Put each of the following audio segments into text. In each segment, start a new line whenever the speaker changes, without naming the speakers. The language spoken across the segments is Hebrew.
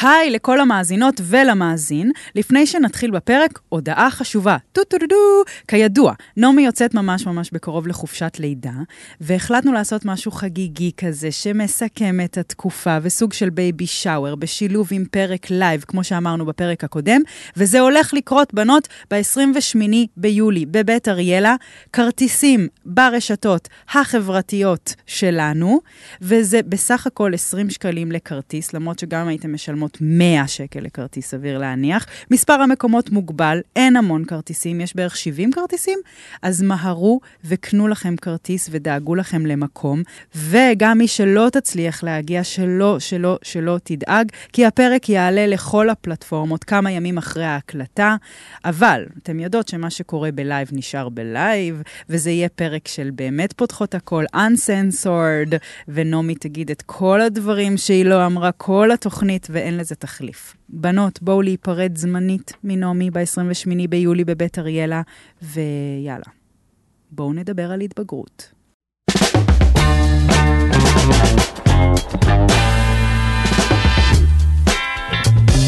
היי לכל המאזינות ולמאזין, לפני שנתחיל בפרק, הודעה חשובה. טו-טו-דו-דו. כידוע, נעמי יוצאת ממש ממש בקרוב לחופשת לידה, והחלטנו לעשות משהו חגיגי כזה, שמסכם את התקופה, וסוג של בייבי שאוור, בשילוב עם פרק לייב, כמו שאמרנו בפרק הקודם, וזה הולך לקרות, בנות, ב-28 ביולי, בבית אריאלה, כרטיסים ברשתות החברתיות שלנו, וזה בסך הכל 20 שקלים לכרטיס, למרות שגם הייתם משלמות 100 שקל לכרטיס, סביר להניח. מספר המקומות מוגבל, אין המון כרטיסים, יש בערך 70 כרטיסים, אז מהרו וקנו לכם כרטיס ודאגו לכם למקום. וגם מי שלא תצליח להגיע, שלא, שלא, שלא תדאג, כי הפרק יעלה לכל הפלטפורמות כמה ימים אחרי ההקלטה. אבל אתם יודעות שמה שקורה בלייב נשאר בלייב, וזה יהיה פרק של באמת פותחות הכל, Uncensored, ונעמי תגיד את כל הדברים שהיא לא אמרה, כל התוכנית, ואין לזה תחליף. בנות, בואו להיפרד זמנית מנעמי ב-28 ביולי בבית אריאלה, ויאללה. בואו נדבר על התבגרות.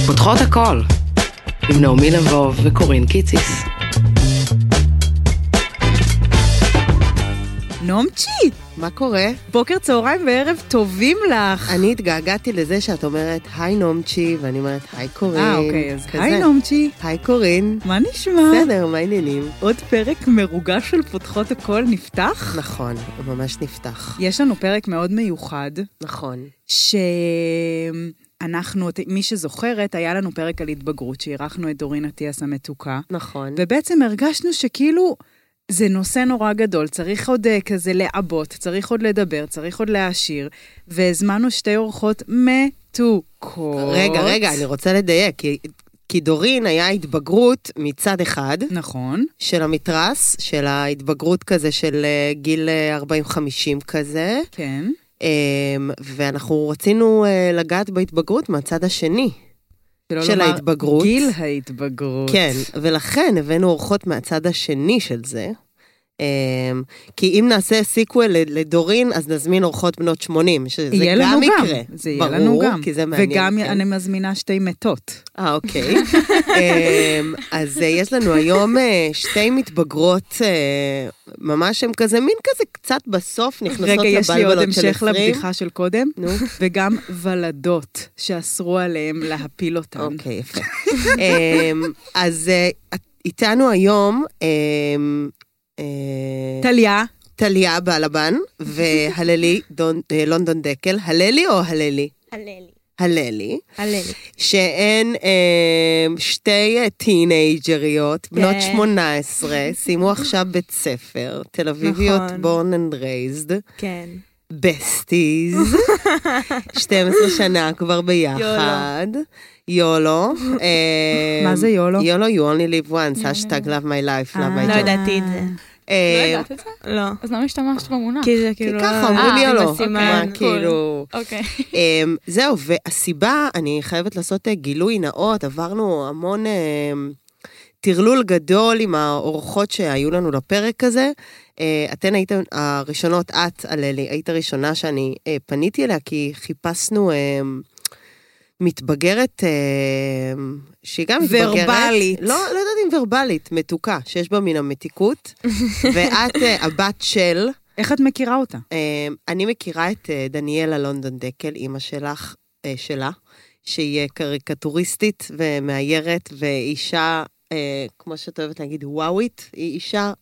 פותחות הכל, עם נעמי לבוב וקורין קיציס.
נעמצ'י,
מה קורה?
בוקר, צהריים וערב טובים לך.
אני התגעגעתי לזה שאת אומרת, היי נעמצ'י, ואני אומרת, היי קורין.
אה, אוקיי, אז
כזה.
היי נעמצ'י.
היי קורין.
מה נשמע?
בסדר, מה העניינים?
עוד פרק מרוגש של פותחות הכל נפתח?
נכון, הוא ממש נפתח.
יש לנו פרק מאוד מיוחד,
נכון.
שאנחנו, מי שזוכרת, היה לנו פרק על התבגרות, שאירחנו את דורין אטיאס המתוקה,
נכון.
ובעצם הרגשנו שכאילו... זה נושא נורא גדול, צריך עוד אה, כזה לעבות, צריך עוד לדבר, צריך עוד להעשיר, והזמנו שתי אורחות מתוקות.
רגע, רגע, אני רוצה לדייק, כי- כי דורין היה התבגרות מצד אחד.
נכון.
של המתרס, של ההתבגרות כזה של אה, גיל אה, 40-50 כזה,
כן.
אמ, ואנחנו רצינו אה, לגעת בהתבגרות מהצד השני.
שלא
של
לומר,
ההתבגרות.
גיל ההתבגרות.
כן, ולכן הבאנו אורחות מהצד השני של זה. אמ, כי אם נעשה סיקוול ל- לדורין, אז נזמין אורחות בנות 80, שזה
יהיה
גם
לנו גם.
יקרה.
זה יהיה לנו גם.
ברור, כי זה מעניין.
וגם
כן.
אני מזמינה שתי מתות.
אה, אוקיי. אמ, אז אה, יש לנו היום אה, שתי מתבגרות, אה, ממש הן כזה, מין כזה קצת בסוף נכנסות
רגע,
לבלבלות
יש
של 20.
לי עוד המשך לבדיחה של קודם,
נו.
וגם ולדות שאסרו עליהם להפיל אותן.
אוקיי, יפה. אמ, אז אה, את- איתנו היום אמ, אה,
טליה,
טליה בעלבן והללי דון- אה, לונדון דקל. הללי או הללי?
הללי.
הללי.
הללי.
שהן אה, שתי אה, טינג'ריות, בנות 18, סיימו עכשיו בית ספר, תל אביביות
נכון.
born and raised,
כן.
בסטיז, 12 שנה כבר ביחד. יולו. אה,
מה זה יולו?
יולו, you only live once, אשטג love my life, love my
אה.
job.
לא ידעתי את זה.
אה,
לא ידעת את זה?
לא.
אז למה השתמשת במונח?
כי זה
כי
כאילו...
ככה, אומרים
אה,
עם
יולו.
הסימן,
מה,
cool.
כאילו...
אוקיי.
אמ, זהו, והסיבה, אני חייבת לעשות אה, גילוי נאות, עברנו המון אמ, טרלול גדול עם האורחות שהיו לנו לפרק הזה. אה, אתן הייתן הראשונות, את, הללי, היית הראשונה שאני אה, פניתי אליה, כי חיפשנו אמ, מתבגרת אמ, שהיא גם מתבגרת.
ורבלית.
לא, לא יודעת אם ורבלית, מתוקה, שיש בה מן המתיקות. ואת אה, הבת של...
איך את מכירה אותה?
אה, אני מכירה את אה, דניאלה לונדון דקל, אימא שלך, אה, שלה, שהיא אה, קריקטוריסטית ומאיירת ואישה, אה, כמו שאת אוהבת להגיד, וואווית, היא אישה,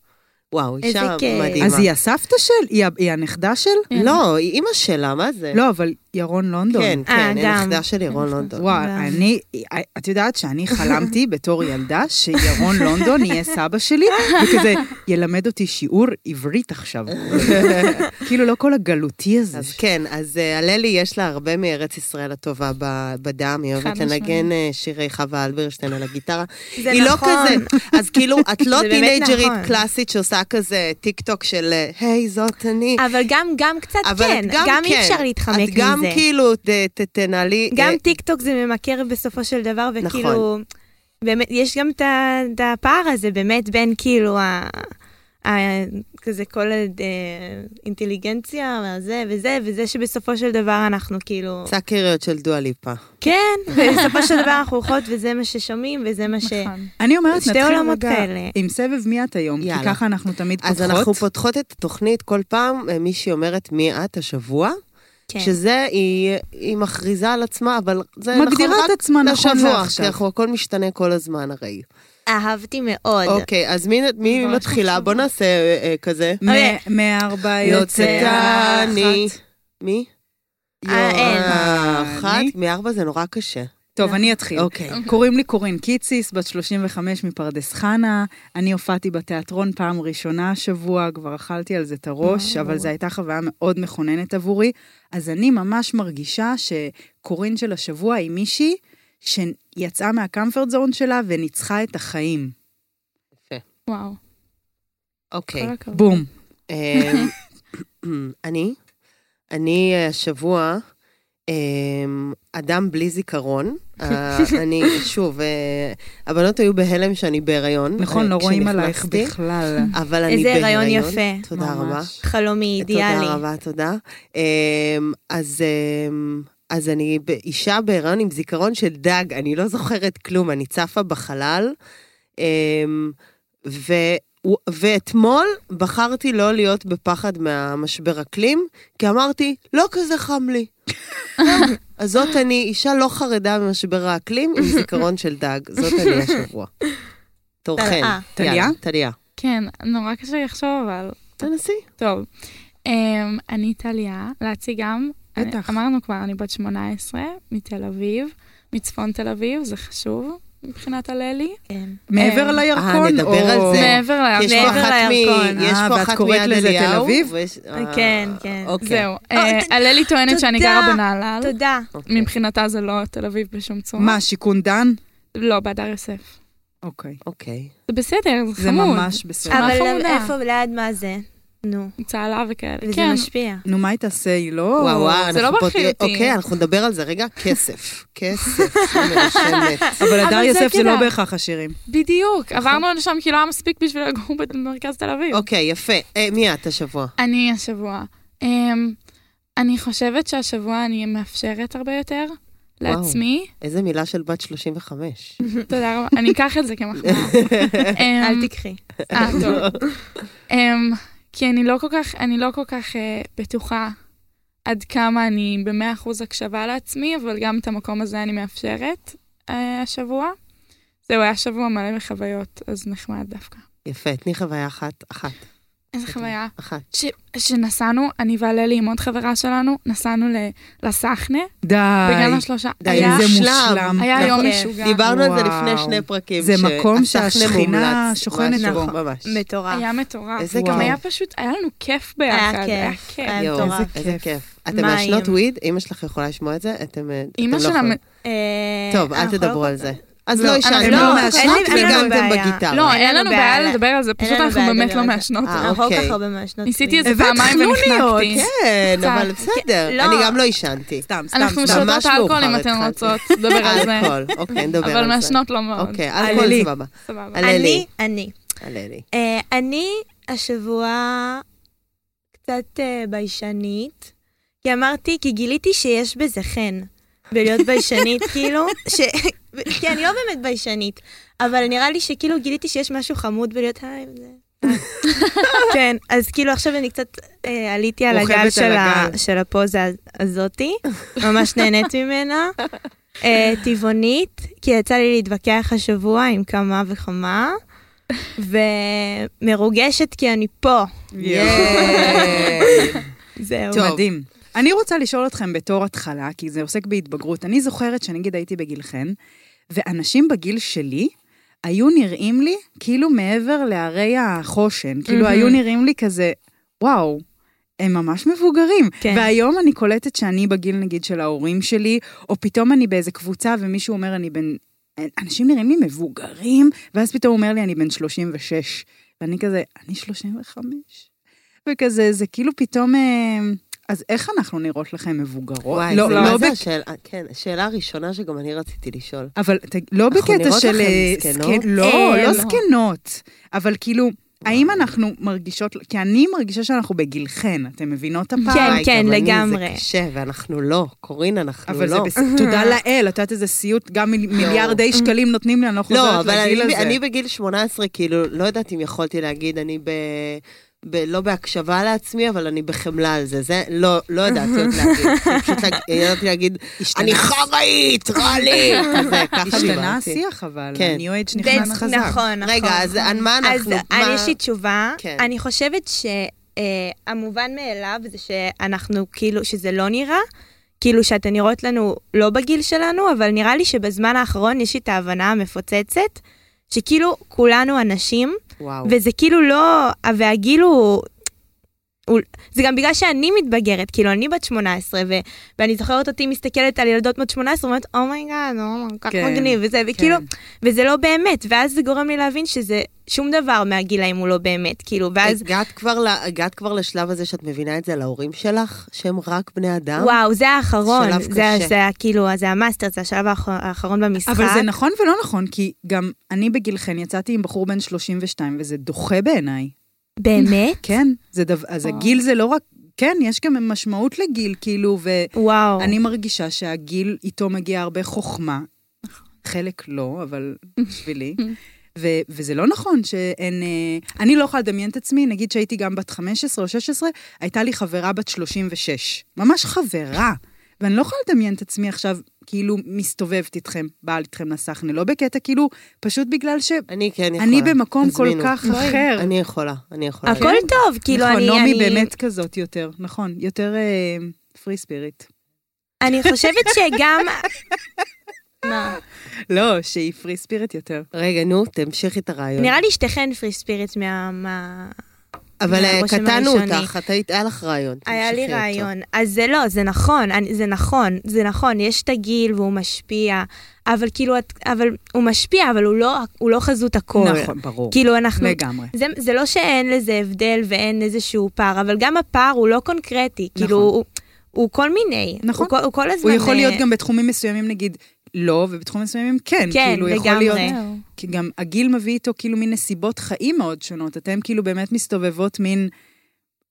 וואו,
איזה
אישה
כיף. כן.
מדהימה.
אז היא הסבתא של? היא ה- היא הנכדה של?
לא, היא אימא שלה, מה זה?
לא, אבל ירון לונדון.
כן,
אה,
כן, היא
גם. נכון.
הנכדה של ירון לונדון.
וואו,
גם.
אני, את יודעת שאני חלמתי בתור ילדה שירון לונדון יהיה סבא שלי, וכזה ילמד אותי שיעור עברית עכשיו. כאילו לא כל הגלותי הזה.
אז כן, אז אה, הללי יש לה הרבה מארץ ישראל הטובה ב- בדם, היא אוהבת
משמעית.
לנגן אה, שירי חווה אלברשטיין על הגיטרה.
זה
היא
נכון.
לא כזה, אז כאילו, את לא
זה באמת
טינג'רית
נכון.
קלאסית שעושה כזה טיק טוק של אה, היי, זאת אני.
אבל גם, גם קצת
אבל
כן.
את גם
גם אי
כן.
אפשר להתחמק מזה.
את גם כאילו, ת- ת- תנהלי...
גם
אה,
טיקטוק זה ממכר בסופו של דבר, וכאילו...
נכון.
באמת, יש גם את ה- את הפער הזה באמת בין כאילו ה... ה- כזה כל הד- אה, אינטליגנציה, וזה וזה, וזה שבסופו של דבר אנחנו כאילו...
סאקריות של דואליפה.
כן, ובסופו של דבר אנחנו הולכות, וזה מה ששומעים, וזה מה ש...
נכון.
אני אומרת,
שתי
נתחיל
עולמות
רגע
כאלה.
עם סבב מי את היום, כי
יאללה.
ככה אנחנו תמיד פותחות.
אז אנחנו פותחות את התוכנית כל פעם, אה, מישהי אומרת מי את השבוע,
כן.
שזה, היא, היא מכריזה על עצמה, אבל זה נכון
מגדירה את
רק
עצמה נכון
לשבוע, כן.
לעכשיו.
כי אנחנו הכל משתנה כל הזמן הרי.
אהבתי מאוד.
אוקיי, אז מי, מי
ממש
מתחילה? בוא נעשה אה, אה, כזה.
מ- מארבע יוצאת
יוצאת אני.
אחת.
מי?
אה, אין.
אה,
אני?
אחת, מארבע זה נורא קשה.
טוב, אני אתחיל.
אוקיי.
קוראים לי קורין קיציס, בת 35 מפרדס חנה. אני הופעתי בתיאטרון פעם ראשונה השבוע, כבר אכלתי על זה את הראש,
אה.
אבל זו הייתה חוויה מאוד מכוננת עבורי. אז אני ממש מרגישה שקורין של השבוע היא מישהי שיצאה מהקמפרט זון שלה וניצחה את החיים.
וואו,
אוקיי.
כל הכבוד.
בום.
אמ, אני? אני אה, השבוע אמ, אדם בלי זיכרון. אה, אני, שוב, אה, הבנות היו בהלם שאני בהיריון.
נכון,
אה,
לא רואים עלייך
כשנכנסתי,
בכלל.
אבל אני
איזה
בהיריון.
הריון יפה.
תודה רבה.
ממש.
חלומי, אידיאלי.
תודה רבה, תודה. אמ, אז... אמ, אז אני ב- אישה בהיריון עם זיכרון של דג, אני לא זוכרת כלום, אני צפה בחלל. אמ, ו, ו- ואתמול בחרתי לא להיות בפחד מהמשבר אקלים, כי אמרתי, לא כזה חם לי. אז זאת אני, אישה לא חרדה ממשבר האקלים עם זיכרון של דג, זאת אני השבוע. תורכן.
טליה.
יאללה, טליה.
כן, נורא קשה לחשוב, אבל
תנסי.
טוב. אמ, אני טליה, לאצי גם. אני-
בטח.
אמרנו כבר, אני בת 18, מתל אביב, מצפון תל אביב, זה חשוב מבחינת הללי.
כן.
מעבר
אה,
לירקון,
אה, נדבר על
או-
זה.
מעבר לים.
יש פה
מעבר
אחת מ...
לירקון.
יש
אה,
פה
ואת
אחת
קוראת
מיד
לזה תל
אליהו.
אביב?
ויש- אה,
כן, כן.
אוקיי.
זהו.
אה,
אה, הללי טוענת שאני
תודה.
גרה בנהלל.
תודה.
אוקיי.
מבחינתה זה לא תל אביב בשום צורה.
מה, שיכון דן?
לא, בהדר יוסף.
אוקיי.
אוקיי.
זה בסדר, זה
זה
חמוד.
ממש בסדר.
אה,
אבל לא-
חמודה.
איפה, ליד מה זה? נו.
צהלה וכאלה.
וזה
כן,
משפיע.
נו, מה היא תעשה? היא לא...
וואו, וואו.
זה לא
אנחנו פה-
מכיר אותי.
אוקיי, אנחנו נדבר על זה רגע. כסף. כסף. מרשמת.
אבל
אבל
הדר
זה
יוסף זה לא
כדאי.
בהכרח עשירים.
בדיוק. עברנו לשם כי לא היה מספיק בשביל לגור במרכז תל אביב.
אוקיי, יפה. אה, מי את השבוע?
אני השבוע. אמ, אני חושבת שהשבוע אני מאפשרת הרבה יותר
וואו.
לעצמי.
איזה מילה של בת 35.
תודה רבה. אני אקח את זה כמחמאה. אמ,
אל תיקחי.
אה, טוב. אמ, כי אני לא כל כך, אני לא כל כך אה, בטוחה עד כמה אני במאה אחוז הקשבה לעצמי, אבל גם את המקום הזה אני מאפשרת אה, השבוע. זהו, היה שבוע מלא בחוויות, אז נחמד דווקא.
יפה, תני חוויה אחת. אחת.
איזה חוויה.
אחת.
ש, שנסענו, אני והללי עם עוד חברה שלנו, נסענו ל, לסחנה,
די.
בגן השלושה.
די,
היה,
זה
איזה
מושלם.
מושלם. לא,
היה יום
נכון.
משוגע.
דיברנו על זה
וואו.
לפני שני פרקים.
זה מקום
שהסכנה
שהשכינה
מומלץ.
שוכנת
ממש,
בו.
ממש.
מטורף.
היה מטורף.
איזה
גם
וואו.
היה פשוט, היה לנו כיף ביחד.
היה
היה
כיף.
כיף.
היה
יואו,
מטורף.
איזה כיף. אתם
מים.
מעשנות וויד? אמא שלך יכולה לשמוע את זה? אתם אה, אתם
אמא
לא
שלה
יכולים.
אה,
טוב, אל
אנחנו
תדברו
לא-
על זה. אז
לא,
לא עישנתם,
אנחנו לא- אין
מעשנות
לי- אין לנו
וניגנתם
בעיה.
בגיטרה.
לא, אין לנו בעיה לדבר על זה, פשוט
לנו
אנחנו
בעיה
באמת
לדבר
לא
על זה.
מעשנות.
אה,
אנחנו כל
אוקיי.
כך הרבה מהשנות.
ניסיתי את זה
הבאת
פעמיים
חנוניות,
ונחנקתי.
כן,
קצת.
אבל בסדר,
לא.
אני גם לא עישנתי.
סתם, סתם,
אנחנו
סתם.
שותות
ממש
אלכוהול אם
מאוחר
אתן
התחלתי.
רוצות לדבר על זה,
אלכוהול, אוקיי, נדבר על זה.
אבל מעשנות לא מאוד.
אוקיי, אלכוהול
עללי.
סבבה.
סבבה.
על- הללי.
אני, אני.
עללי.
אה, אני השבוע קצת אה, ביישנית, כי אמרתי, כי גיליתי שיש בזה חן. בלהיות ביישנית, כאילו, ש... כי אני לא באמת ביישנית, אבל נראה לי שכאילו גיליתי שיש משהו חמוד בלהיות היי, זה... היי." כן, אז כאילו עכשיו אני קצת אה, עליתי על
רוכבת
הגל
על
של, ה...
הגל.
של הפוזה הז- הזאתי, ממש נהנית ממנה. אה, טבעונית, כי יצא לי להתווכח השבוע עם כמה וכמה, ומרוגשת כי אני פה.
ייי.
זהו.
טוב.
מדהים. אני רוצה לשאול אתכם בתור התחלה, כי זה עוסק בהתבגרות. אני זוכרת שנגיד הייתי בגילכן, ואנשים בגיל שלי היו נראים לי כאילו מעבר להרי החושן. כאילו
מהמם.
היו נראים לי כזה, וואו. הם ממש מבוגרים.
כן.
והיום אני קולטת שאני בגיל, נגיד, של ההורים שלי, או פתאום אני באיזה קבוצה ומישהו אומר, אני בן... אנשים נראים לי מבוגרים, ואז פתאום הוא אומר לי, אני בן 36. ואני כזה, אני 35? וכזה, זה כאילו פתאום... אה, אז איך אנחנו נראות לכם מבוגרות?
וואי,
לא,
זה
לא
מה
בק-
זה השאלה? כן, השאלה הראשונה שגם אני רציתי לשאול.
אבל ת- לא
אנחנו
בקטע
נראות
של...
לכם
אה,
זקנות?
זקן- לא, לא
אה, לא.
זקנות. אבל כאילו, האם אנחנו מרגישות, כי אני מרגישה שאנחנו בגילכן, אתם מבינות את הפער?
כן,
וואי,
כן,
גם אני,
לגמרי.
זה קשה, ואנחנו לא. קורין, אנחנו
אבל
לא.
זה בסדר, תודה לאל, את יודעת איזה סיוט, גם מיל- מיליארדי שקלים נותנים לי, אני לא
לא,
חוזרת
אבל
לגיל
אני,
הזה.
אני בגיל 18, כאילו, לא יודעת אם יכולתי להגיד, אני ב... ב... לא בהקשבה לעצמי, אבל אני בחמלה על זה. זה, לא, לא ידעתי עוד להגיד. אני פשוט להג- ידעתי להגיד,
השתנה-
אני חראית, רע לי! כזה, ככה
השתנה
דיברתי.
השיח, אבל
כן.
ה-new age נכנס
בן-
חזק.
נכון, נכון.
רגע, אז על מה
אז
אנחנו...
אני-
מה-
יש לי תשובה.
כן.
אני חושבת שהמובן מאליו זה שאנחנו, כאילו, שזה לא נראה, כאילו שאתן נראות לנו לא בגיל שלנו, אבל נראה לי שבזמן האחרון יש לי את ההבנה המפוצצת, שכאילו כולנו אנשים,
וואו.
וזה כאילו לא, והגיל הוא... הוא- זה גם בגלל שאני מתבגרת, כאילו, אני בת 18, ו- ואני זוכרת אותי מסתכלת על ילדות בת 18, ואומרת, אומייגאד, אומייגאד, כך
כן,
מגניב, וזה, וכאילו, וזה לא באמת, ואז זה גורם לי להבין שזה שום דבר מהגילאים הוא לא באמת, כאילו, ואז,
הגעת כבר, ל- הגעת כבר לשלב הזה שאת מבינה את זה להורים שלך, שהם רק בני אדם?
וואו, זה האחרון,
אה? שלב
זה,
קשה.
זה ה- כאילו, זה המאסטר, זה השלב האח- האחרון במשחק.
אבל זה נכון ולא נכון, כי גם אני בגילכן יצאתי עם בחור בן 32, וזה דוחה בעיניי.
באמת?
כן, זה דו... אז
וואו.
הגיל זה לא רק... כן, יש גם משמעות לגיל, כאילו,
וואו.
ואני מרגישה שהגיל איתו מגיע הרבה חוכמה. חלק לא, אבל בשבילי. ו- וזה לא נכון שאין... אה, אני לא יכולה לדמיין את עצמי, נגיד שהייתי גם בת 15 או 16, הייתה לי חברה בת 36. ממש חברה. ואני לא יכולה לדמיין את עצמי עכשיו, כאילו, מסתובבת איתכם, באה איתכם לסחנה, לא בקטע, כאילו, פשוט בגלל שאני
אני כן יכולה.
במקום כל
תזמינו. לא,
כך אחר.
אני יכולה, אני יכולה.
הכל
כן.
טוב, כאילו,
נכון,
אני...
נעמי
אני-
באמת כזאת יותר, נכון, יותר פרי ספיריט.
אני חושבת שגם... מה?
לא, שהיא פרי ספיריט יותר.
רגע, נו, תמשיכי את הרעיון.
נראה לי שתיכן פרי ספיריט מה... מה...
אבל אה,
מהרושם
קטענו
הראשוני.
אותך, את היית, היה לך רעיון.
היה לי
תמשיכי אותו.
רעיון. אז זה לא, זה נכון, אני, זה נכון, זה נכון, יש את הגיל והוא משפיע, אבל כאילו, את- אבל הוא משפיע, אבל הוא לא, הוא לא חזות הכל.
נכון, ברור.
כאילו, אנחנו...
לגמרי.
זה, זה לא שאין לזה הבדל ואין איזשהו פער, אבל גם הפער הוא לא קונקרטי. נכון. כאילו, הוא, הוא כל מיני.
נכון.
הוא, כל- הוא כל הזמן...
הוא יכול להיות
אה,
גם בתחומים מסוימים, נגיד, לא, ובתחומים מסוימים כן.
כן,
כאילו, יכול
לגמרי.
להיות-
זהו.
כי גם הגיל מביא איתו כאילו מין נסיבות חיים מאוד שונות. אתם כאילו באמת מסתובבות מין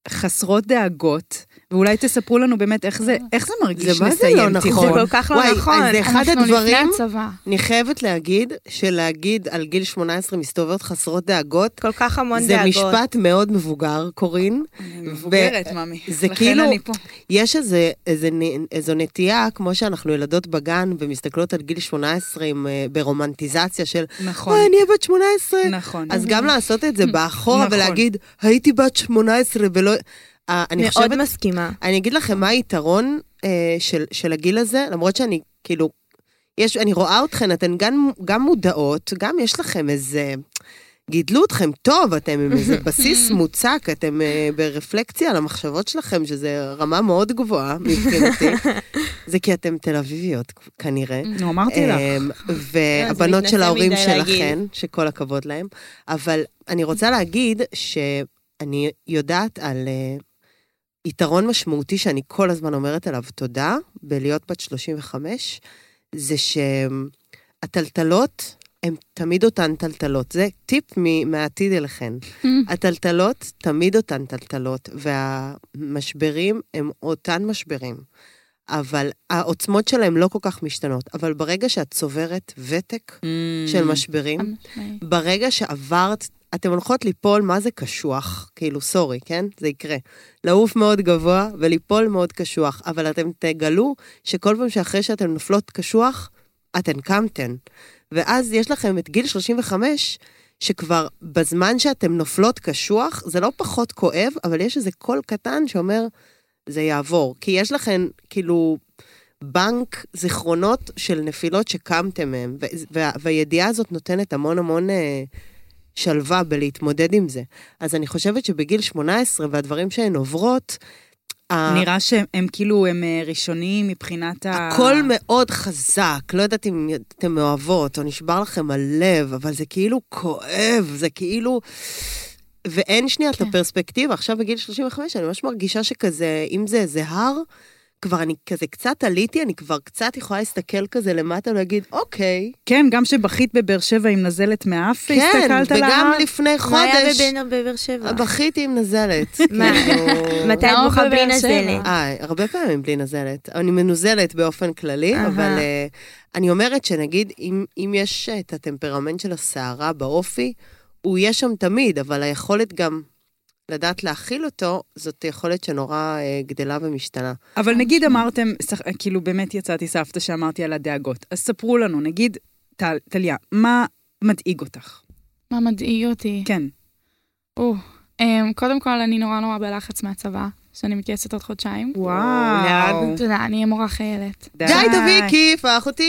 חסרות דאגות, ואולי תספרו לנו באמת איך זה, איך זה מרגיש
זה מה זה לא
לסיים
נכון?
תיכון.
זה כל כך לא
וואי,
נכון.
אז זה אחד
אנחנו לפני
הדברים,
הצבא.
אני חייבת להגיד, שלהגיד על גיל 18 מסתובבת חסרות דאגות,
כל כך המון
זה
דאגות.
משפט מאוד מבוגר, קורין.
אני מבוגרת, מאמי.
זה
לכן
כאילו-
אני פה.
יש איזה, איזה, נ- איזו נטייה, כמו שאנחנו ילדות בגן ומסתכלות על גיל 18 עם, אה, ברומנטיזציה של,
נכון,
אוי, אני אהיה בת 18.
נכון.
אז גם לעשות את זה באחורה
נכון.
ולהגיד, הייתי בת 18 ולא... אה, אני
מאוד
חושבת
מסכימה.
אני אגיד לכם מה היתרון אה, של, של הגיל הזה, למרות שאני, כאילו, יש, אני רואה אתכן, אתן גם, גם מודעות, גם יש לכם איזה... גידלו אתכם טוב, אתם עם איזה בסיס מוצק, אתם אה, ברפלקציה על המחשבות שלכם, שזה רמה מאוד גבוהה מבחינתי. זה כי אתם תל אביביות, כנראה.
נו, אמרתי לך.
אמ,
לא,
והבנות
זה
של
מתנשא
ההורים
מדי
שלכן,
להגיד.
שכל הכבוד להם. אבל אני רוצה להגיד שאני יודעת על אה, יתרון משמעותי שאני כל הזמן אומרת עליו תודה, בלהיות בת 35, זה שהטלטלות הן תמיד אותן טלטלות. זה טיפ מ- מהעתיד אליכן. הטלטלות תמיד אותן טלטלות, והמשברים הם אותן משברים. אבל העוצמות שלהם לא כל כך משתנות. אבל ברגע שאת צוברת ותק אה,
Mm.
של משברים,
חד משמעית.
ברגע שעברת, אתן הולכות ליפול, מה זה קשוח? כאילו, סורי, כן? זה יקרה. לעוף מאוד גבוה וליפול מאוד קשוח, אבל אתם תגלו שכל פעם שאחרי שאתן נופלות קשוח, אתן קמתן. ואז יש לכם את גיל 35, שכבר בזמן שאתן נופלות קשוח, זה לא פחות כואב, אבל יש איזה קול קטן שאומר, זה יעבור. כי יש לכן, כאילו, בנק זיכרונות של נפילות שקמתם מהם, ו- וה- והידיעה הזאת נותנת המון המון אה, שלווה בלהתמודד עם זה. אז אני חושבת שבגיל 18 והדברים שהן עוברות, ה-
נראה שהם הם כאילו, הם אה, ראשוניים מבחינת ה...
הכל מאוד חזק, לא יודעת אם אתן אוהבות או נשבר לכם הלב, אבל זה כאילו כואב, זה כאילו... ואין שנייה את
כן.
הפרספקטיבה. עכשיו בגיל 35 אני ממש מרגישה שכזה, אם זה איזה הר, כבר אני כזה קצת עליתי, אני כבר קצת יכולה להסתכל כזה למטה ולהגיד, אוקיי.
כן, גם שבכית בבאר שבע עם נזלת מאף,
כן,
הסתכלת על
וגם
ההר?
לפני
מה היה
חודש,
בבן בבאר שבע?
בכיתי עם נזלת.
מה?
כאילו-
מתי את
למה
בוכה בלי
בבאר שבע?
נזלת?
אה, הרבה פעמים בלי נזלת. אני מנוזלת באופן כללי,
אהה.
אבל אה, אני אומרת שנגיד, אם, אם יש אה, את הטמפרמנט של הסערה באופי, הוא יהיה שם תמיד, אבל היכולת גם לדעת להכיל אותו, זאת יכולת שנורא אה, גדלה ומשתנה.
אבל נגיד אמרתם, שח- כאילו באמת יצאתי סבתא שאמרתי על הדאגות, אז ספרו לנו, נגיד, טל- טליה, מה מדאיג אותך?
מה מדאיג אותי?
כן.
או, אמ, קודם כל, אני נורא נורא בלחץ מהצבא, שאני מתגייסת עוד חודשיים.
וואו.
תודה, אני אהיה מורה חיילת.
די, כאילו. תביאי כיף, אחותי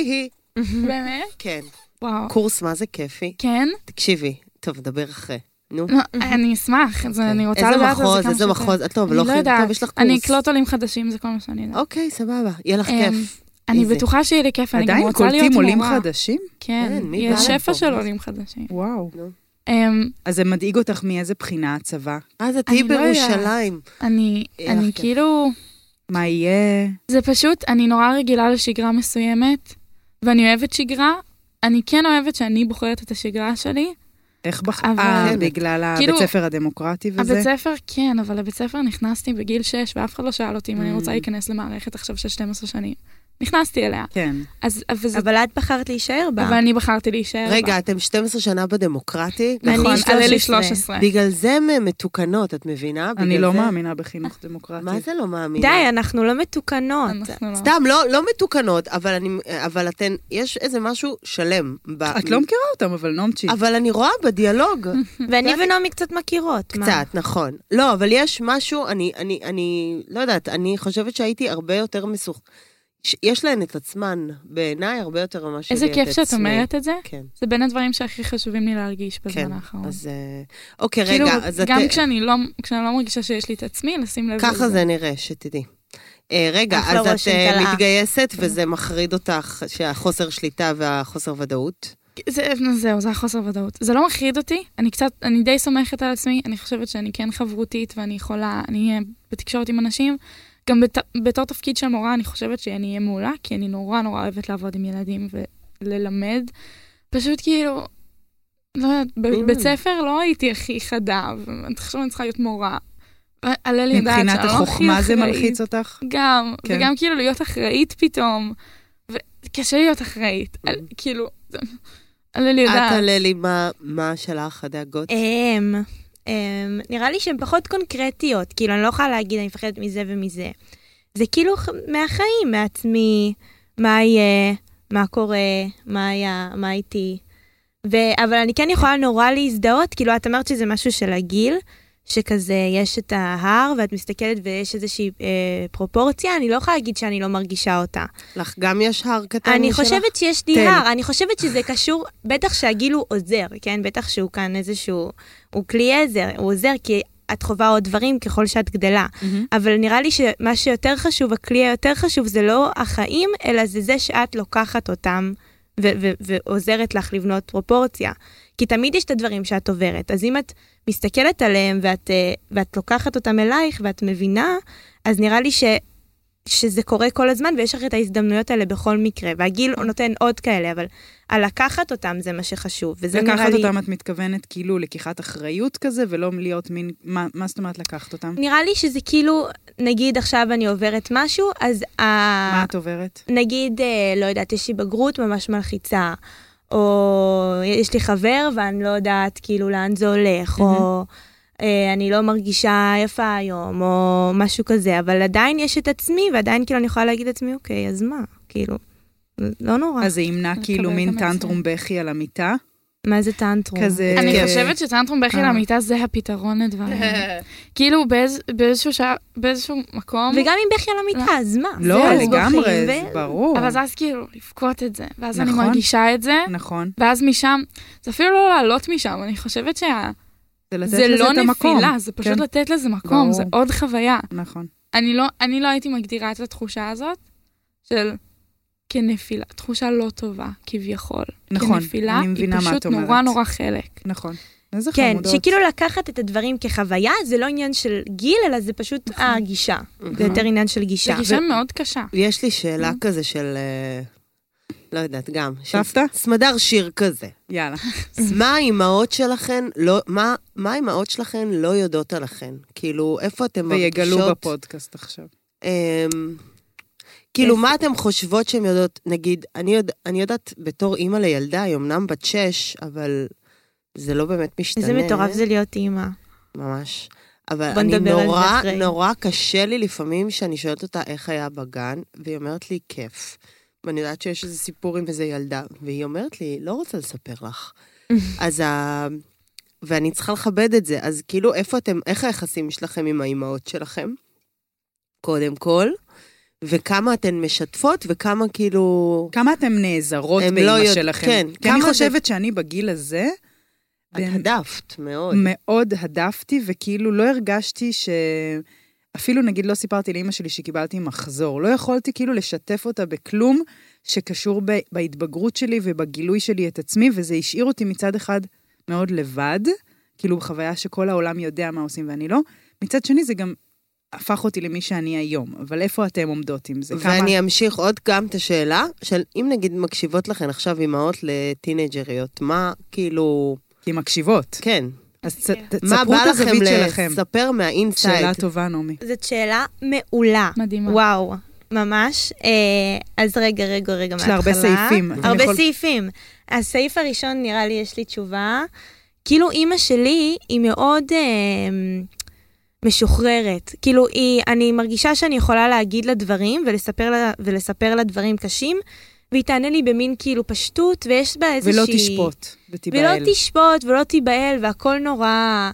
היא.
באמת?
כן.
וואו.
קורס, מה זה כיפי?
כן?
תקשיבי, טוב, נדבר אחרי. נו.
לא, אני אשמח, אז אני רוצה
אוקיי. איזה
לדעת על זה כמה
מחוז,
שיותר.
איזה מחוז, את לא, אבל לא
אני לא
הכי
יודעת.
טוב, יש לך קורס.
אני אקלוט עולים חדשים, זה כל מה שאני יודעת.
אוקיי, סבבה, יהיה לך
אמ,
כיף.
אני
איזי.
בטוחה שיהיה לי כיף, אני גם
עדיין
רוצה להיות
קולטים עולים
מורה.
חדשים?
כן,
כן, מי
יש
בא להם
שפע
פה?
של עולים חדשים.
וואו.
אמ,
אז זה מדאיג אותך מאיזה בחינה הצבא?
אז את
אני
תהיי
לא יודעת.
בירושלים.
אני
יהיה
אני
לך כיף.
כאילו...
מה יהיה?
זה פשוט, אני נורא רגילה לשגרה מסוימת, ואני אוהבת שגרה. אני כן אוהבת שאני בוחרת את השגרה שלי.
איך בח...
אבל-
אה, בגלל
כאילו-
הבית ספר הדמוקרטי וזה?
הבית ספר, כן, אבל לבית ספר נכנסתי בגיל 6, ואף אחד לא שאל אותי אם אני רוצה
Mm.
להיכנס למערכת עכשיו של 12 שנים. נכנסתי אליה.
כן.
אז, אבל זה...
אבל את בחרת להישאר בה.
אבל אני בחרתי להישאר בה.
רגע, אתם 12 שנה בדמוקרטי?
אני
נכון,
שלוש
עלה לי
עשרה.
13.
בגלל זה הן מתוקנות, את מבינה?
אני
בגלל
לא
זה-
מאמינה בחינוך דמוקרטי.
מה זה לא מאמינה?
די, אנחנו לא מתוקנות.
אנחנו לא.
סתם, לא, לא מתוקנות, אבל, אני, אבל אתן, יש איזה משהו שלם. ב...
את לא מכירה אותם, אבל נומצ'י.
אבל אני רואה בדיאלוג,
ואני ונעמי קצת מכירות. מה?
קצת, נכון. לא, אבל יש משהו, אני, אני, אני לא יודעת, אני חושבת שהייתי הרבה יותר מסוך... ש- יש להן את עצמן, בעיניי, הרבה יותר ממה שלי
איזה
את
כיף שאת
עצמי.
אומרת את זה.
כן,
זה בין הדברים שהכי חשובים לי להרגיש בזמן
כן.
האחרון.
אז... אה, אוקיי,
כאילו,
רגע, אז את...
גם כשאני לא- כשאני לא מרגישה שיש לי את עצמי, לשים לב
ככה זה נראה, שתדעי. אה, רגע,
אחלה
אז את
רושם
אה,
תלאה.
מתגייסת וזה מחריד אותך, שהחוסר שליטה והחוסר ודאות?
זה, זהו, זה החוסר ודאות. זה לא מחריד אותי, אני קצת, אני די סומכת על עצמי, אני חושבת שאני כן חברותית ואני יכולה, אני אהיה בתקשורת עם אנשים. גם בת, בתור תפקיד של מורה, אני חושבת שאני אהיה מעולה, כי אני נורא נורא אוהבת לעבוד עם ילדים וללמד. פשוט כאילו, לא יודעת,
Mm.
בבית ספר לא הייתי הכי חדה, ואני חושבת שאני צריכה להיות מורה. עלה לי לדעת שאני לא הכי
מבחינת החוכמה זה
אחראית.
מלחיץ אותך?
גם,
כן.
כן. וגם כאילו להיות אחראית פתאום, וקשה להיות אחראית,
Mm.
על, כאילו, זה- עלה לי
את
לא-
יודעת.
הללי, מה- מה שלך הדאגות?
אה, הם, הם, אמ, נראה לי שהן פחות קונקרטיות, כאילו, אני לא יכולה להגיד, אני מפחדת מזה ומזה. זה כאילו ח- מהחיים, מעצמי, מה יהיה, מה קורה, מה היה, מה איתי. ו- אבל אני כן יכולה נורא להזדהות, כאילו, את אמרת שזה משהו של הגיל, שכזה, יש את ההר, ואת מסתכלת ויש איזושהי אה, פרופורציה, אני לא יכולה להגיד שאני לא מרגישה אותה.
לך גם יש הר קטן משלך?
אני חושבת שיש לי
תן.
הר, אני חושבת שזה קשור, בטח שהגיל הוא עוזר, כן? בטח שהוא כאן איזשהו, הוא כלי עזר, הוא עוזר כי את חווה עוד דברים ככל שאת גדלה. אבל נראה לי שמה שיותר חשוב, הכלי היותר חשוב, זה לא החיים, אלא זה זה שאת לוקחת אותם ו- ו- ועוזרת לך לבנות פרופורציה. כי תמיד יש את הדברים שאת עוברת, אז אם את מסתכלת עליהם ואת, אה, ואת לוקחת אותם אלייך ואת מבינה, אז נראה לי ש... שזה קורה כל הזמן, ויש לך את ההזדמנויות האלה בכל מקרה, והגיל נותן עוד כאלה, אבל הלקחת אותם זה מה שחשוב, וזה נראה
לקחת
לי...
אותם, את מתכוונת כאילו לקיחת אחריות כזה, ולא להיות מין... מה מה זאת אומרת לקחת אותם?
נראה לי שזה כאילו, נגיד עכשיו אני עוברת משהו, אז ה...
מה את עוברת?
נגיד, אה, לא יודעת, יש לי בגרות ממש מלחיצה, או יש לי חבר ואני לא יודעת כאילו לאן זה הולך, או אה, אני לא מרגישה יפה היום, או משהו כזה, אבל עדיין יש את עצמי, ועדיין כאילו אני יכולה להגיד לעצמי, אוקיי, אז מה? כאילו, לא נורא.
אז זה ימנע
לקבל
כאילו
את
מין
המסר.
טנטרום בכי על המיטה?
מה זה טנטרום?
כזה...
אני חושבת שטנטרום בכי
כן. אה.
למיטה זה הפתרון לדברים. כאילו באיז- באיזשהו שעה, באיזשהו מקום,
וגם אם בכי על המיטה, אז מה?
לא,
זהו,
לגמרי,
בוכים,
זה
ו-
ברור.
אבל אז כאילו לבכות את זה, ואז אני
נכון.
מרגישה את זה,
נכון.
ואז משם, זה אפילו לא לעלות משם, אני חושבת שזה
זה לתת לזה
לא
את המקום.
נפילה, זה פשוט
כן.
לתת לזה מקום, זה
ברור.
עוד חוויה.
נכון.
אני לא, אני לא הייתי מגדירה את התחושה הזאת של כנפילה, תחושה לא טובה, כביכול.
נכון,
כנפילה
אני מבינה מה את
היא פשוט
אומרת.
נורא נורא חלק.
נכון. איזה
כן,
חמודות.
שכאילו לקחת את הדברים כחוויה, זה לא עניין של גיל, אלא זה פשוט
נכון.
הגישה. זה יותר עניין של
זו
גישה.
גישה מאוד קשה.
יש לי שאלה כזה של... אה, לא יודעת, גם. של
סבתא?
סמדר שיר כזה.
יאללה.
מה האימהות שלכן לא... מה- מה האימהות שלכן לא יודעות עליכן? כאילו, איפה אתן מרגישות...
ויגלו בפודקאסט עכשיו.
אמ, כאילו, מה אתן חושבות שהן יודעות? נגיד, אני, יודע, אני יודעת בתור אימא לילדה, היא אמנם בת שש, אבל זה לא באמת משתנה.
איזה מטורף זה להיות אימא.
ממש. אבל
בוא
אני
נדבר על זה
נורא,
אחרי.
נורא קשה לי לפעמים שאני שואלת אותה איך היה בגן, והיא אומרת לי, כיף. ואני יודעת שיש איזה סיפור עם איזה ילדה, והיא אומרת לי, לא רוצה לספר לך. אז ה... ואני צריכה לכבד את זה. אז כאילו, איפה אתם, איך היחסים שלכם עם האימהות שלכם? קודם כל, וכמה אתן משתפות, וכמה כאילו...
כמה אתן נעזרות
הם
באימא
לא יודע-
שלכם?
כן,
כי אני
כמה זה-
חושבת שאני בגיל הזה...
את הדפת מאוד.
מאוד הדפתי, וכאילו לא הרגשתי ש... אפילו נגיד לא סיפרתי לאימא שלי שקיבלתי מחזור. לא יכולתי כאילו לשתף אותה בכלום שקשור ב... בהתבגרות שלי ובגילוי שלי את עצמי, וזה השאיר אותי מצד אחד מאוד לבד, כאילו בחוויה שכל העולם יודע מה עושים ואני לא. מצד שני זה גם הפך אותי למי שאני היום. אבל איפה אתם עומדות עם זה? כמה...
ואני אמשיך עוד גם את השאלה, של אם נגיד מקשיבות לכן עכשיו אימהות לטינג'ריות, מה כאילו,
כי מקשיבות.
כן,
אז צ...
מה
מה
תספרו
בא
את
לכם
הזווית שלכם.
לספר
שאלה
מהאינסייד?
טובה, נעמי.
זאת שאלה מעולה.
מדהימה.
וואו, ממש. אה, אז רגע, רגע, רגע,
יש לה הרבה
מההתחלה.
סעיפים, אני
הרבה
יכול-
סעיפים. הסעיף הראשון, נראה לי, יש לי תשובה. כאילו, אימא שלי היא מאוד אה, משוחררת. כאילו, היא, אני מרגישה שאני יכולה להגיד לה דברים ולספר לה, ולספר לה דברים קשים, והיא תענה לי במין כאילו פשטות, ויש בה איזושהי...
ולא תשפוט ותיבהל.
ולא תשפוט ולא תיבהל, והכל נורא,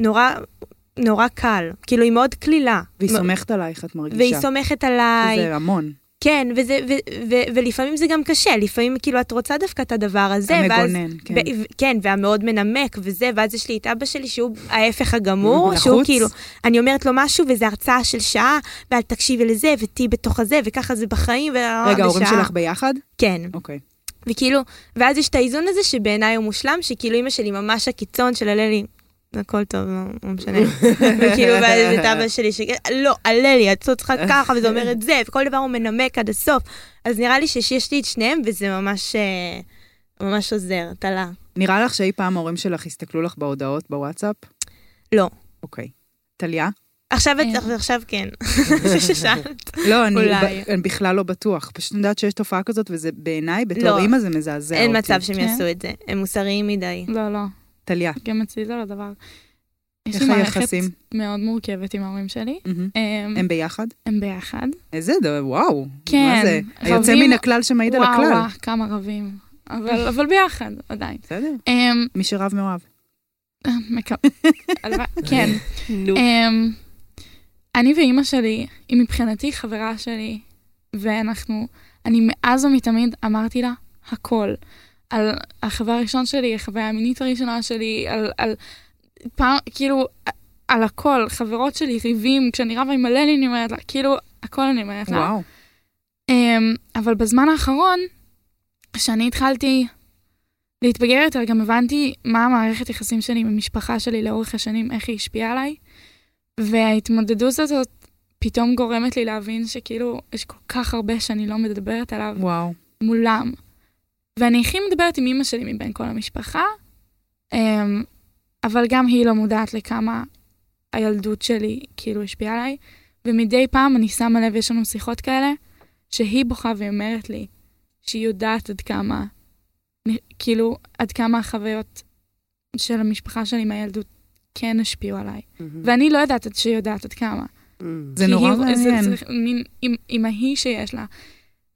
נורא, נורא קל. כאילו, היא מאוד קלילה.
והיא
מ-
סומכת עלייך, את מרגישה.
לא. והיא סומכת עליי.
זה המון.
כן, וזה, ו, ו, ו, ולפעמים זה גם קשה. לפעמים, כאילו, את רוצה דווקא את הדבר הזה, ואז...
המגונן, כן.
ו- ו- כן, והמאוד מנמק וזה, ואז יש לי את אבא שלי שהוא ההפך הגמור,
לחוץ.
שהוא כאילו, אני אומרת לו משהו וזו הרצאה של שעה, ואל תקשיבי לזה, ותהיי בתוך הזה, וככה זה בחיים, ו...
רגע, ההורים
ושעה.
שלך ביחד?
כן.
אוקיי.
וכאילו, ואז יש את האיזון הזה שבעיניי הוא מושלם, שכאילו אימא שלי ממש הקיצון של הלל לי, הכל טוב, לא, לא משנה. וכאילו, ואז את אבא שלי, ש... לא, הלל לי, את לא צריכה ככה, וזה אומר את זה, וכל דבר הוא מנמק עד הסוף. אז נראה לי שיש לי את שניהם, וזה ממש, אה, ממש עוזר, טלה.
נראה לך שאי פעם ההורים שלך הסתכלו לך בהודעות בוואטסאפ?
לא.
אוקיי. טליה?
עכשיו, את-
אין.
עכשיו כן, ששאלת.
לא, אני
אולי.
ב- אני בכלל לא בטוח. פשוט אני יודעת שיש תופעה כזאת, וזה בעיניי, בתור
לא.
אימא זה אוקיי. מזעזע אותי.
אין מצב שהם
כן.
יעשו את זה, הם מוסריים מדי.
לא, לא.
טליה,
גם אצלי זה לא דבר. יש
איך
לי מערכת
היחסים?
מאוד מורכבת עם ההורים שלי.
מהמם.
הם-
הם ביחד?
הם ביחד.
איזה דבר, וואו.
כן,
מה זה?
רבים-
היוצא מן הכלל שמעיד על
וואו,
הכלל.
וואו, כמה רבים. אבל אבל ביחד, עדיין.
בסדר.
אמ,
מי שרב מאוהב.
מקו- הלוואי, כן. אמ, אני ואימא שלי, היא מבחינתי חברה שלי, ואנחנו, אני מאז ומתמיד אמרתי לה הכל. על החוויה הראשון שלי, החוויה המינית הראשונה שלי, על, על פעם, כאילו, על הכל, חברות שלי, ריבים, כשאני רבה עם הלל אני אומרת לה, כאילו, הכל אני אומרת לה.
וואו.
אמ, אבל בזמן האחרון, כשאני התחלתי להתבגר יותר, גם הבנתי מה המערכת יחסים שלי עם המשפחה שלי לאורך השנים, איך היא השפיעה עליי. וההתמודדות הזאת פתאום גורמת לי להבין שכאילו, יש כל כך הרבה שאני לא מדברת עליו
וואו.
מולם. ואני הכי מדברת עם אימא שלי מבין כל המשפחה, אמ, אבל גם היא לא מודעת לכמה הילדות שלי כאילו השפיעה עליי, ומדי פעם אני שמה לב, יש לנו שיחות כאלה, שהיא בוכה ואומרת לי שהיא יודעת עד כמה, אני- כאילו, עד כמה החוויות של המשפחה שלי מהילדות כן השפיעו עליי. ואני לא יודעת עד שהיא יודעת עד כמה.
ואני...
זה
כי
נורא
היא-
מעניין.
זה, זה מין עם- עם ההיא שיש לה.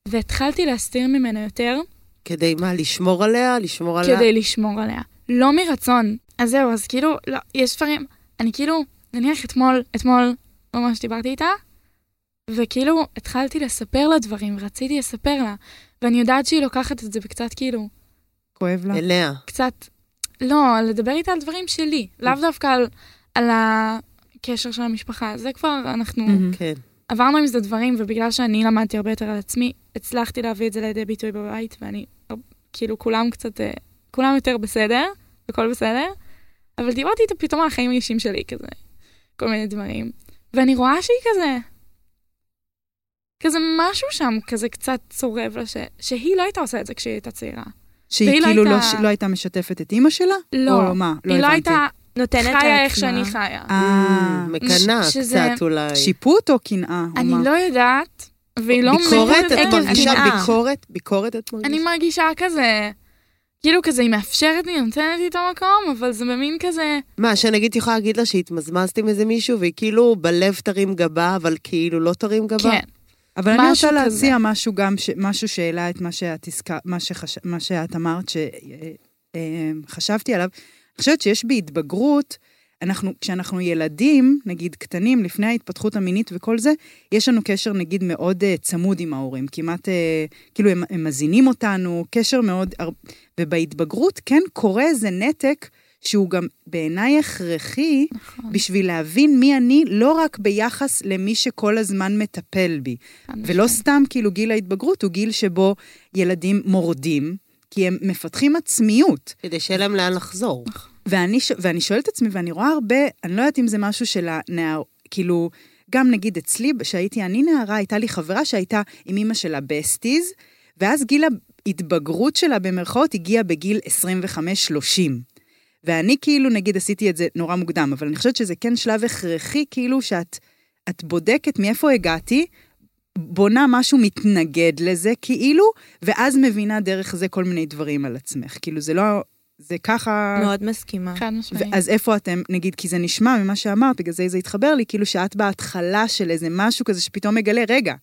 והתחלתי להסתיר ממנה יותר,
כדי מה, לשמור עליה? לשמור עליה?
כדי לשמור עליה. לא מרצון. אז זהו, אז כאילו, לא, יש דברים, אני כאילו, נניח אתמול, אתמול ממש דיברתי איתה, וכאילו התחלתי לספר לה דברים, רציתי לספר לה, ואני יודעת שהיא לוקחת את זה בקצת כאילו,
כואב לה.
אליה.
קצת, לא, לדבר איתה על דברים שלי, לאו דווקא על, על הקשר של המשפחה, זה כבר אנחנו...
מהמם.
כן.
עברנו עם זה דברים, ובגלל שאני למדתי הרבה יותר על עצמי, הצלחתי להביא את זה לידי ביטוי בבית, ואני, הר- כאילו, כולם קצת, אה, כולם יותר בסדר, הכל בסדר, אבל דיברתי איתה פתאום על החיים האישיים שלי כזה, כל מיני דברים. ואני רואה שהיא כזה, כזה משהו שם כזה קצת צורב לה, ש... שהיא לא הייתה עושה את זה כשהיא הייתה צעירה.
שהיא
והיא לא
כאילו לא
הייתה-
לא הייתה משתפת את אימא שלה?
לא,
או מה? לא
היא לא
הבנתי.
הייתה
נותנת לעצמה.
חיה איך שאני חיה.
אה,
Mm, מקנאה
ש- שזה-
קצת אולי.
שיפוט או קנאה? או
אני
מה?
לא יודעת, והיא לא
ביקורת,
אומרת
את
עקב
מרגישה
קנאה.
ביקורת? ביקורת את מרגישה?
אני מרגישה כזה, כאילו כזה, היא מאפשרת לי, נותנת לי את המקום, אבל זה במין כזה,
מה, שנגיד את יכולה להגיד לה שהתמזמזת עם איזה מישהו, והיא כאילו בלב תרים גבה, אבל כאילו לא תרים גבה?
כן.
אבל אני
משהו
רוצה להציע
כזה.
משהו גם, ש- משהו שהעלה את מה שאת, הזכר- מה שחש- מה שאת אמרת, שחשבתי עליו. אני חושבת שיש בהתבגרות, אנחנו, כשאנחנו ילדים, נגיד קטנים, לפני ההתפתחות המינית וכל זה, יש לנו קשר נגיד מאוד אה, צמוד עם ההורים, כמעט, אה, כאילו הם, הם מזינים אותנו, קשר מאוד, הר- ובהתבגרות כן קורה איזה נתק שהוא גם בעיניי הכרחי,
נכון.
בשביל להבין מי אני, לא רק ביחס למי שכל הזמן מטפל בי. ולא סתם כאילו גיל ההתבגרות הוא גיל שבו ילדים מורדים, כי הם מפתחים עצמיות.
כדי שיהיה להם לאן לחזור.
נכון.
ואני, ש- ואני שואלת את עצמי, ואני רואה הרבה, אני לא יודעת אם זה משהו של הנער, כאילו, גם נגיד אצלי, כשהייתי אני נערה, הייתה לי חברה שהייתה עם אימא שלה בסטיז, ואז גיל ההתבגרות שלה, במרכאות, הגיע בגיל 25-30. ואני כאילו, נגיד, עשיתי את זה נורא מוקדם, אבל אני חושבת שזה כן שלב הכרחי, כאילו שאת את בודקת מאיפה הגעתי, בונה משהו מתנגד לזה, כאילו, ואז מבינה דרך זה כל מיני דברים על עצמך. כאילו, זה לא... זה ככה...
מאוד מסכימה.
חד משמעית.
אז איפה אתם, נגיד, כי זה נשמע ממה שאמרת, בגלל זה זה התחבר לי, כאילו שאת בהתחלה של איזה משהו כזה שפתאום מגלה, רגע,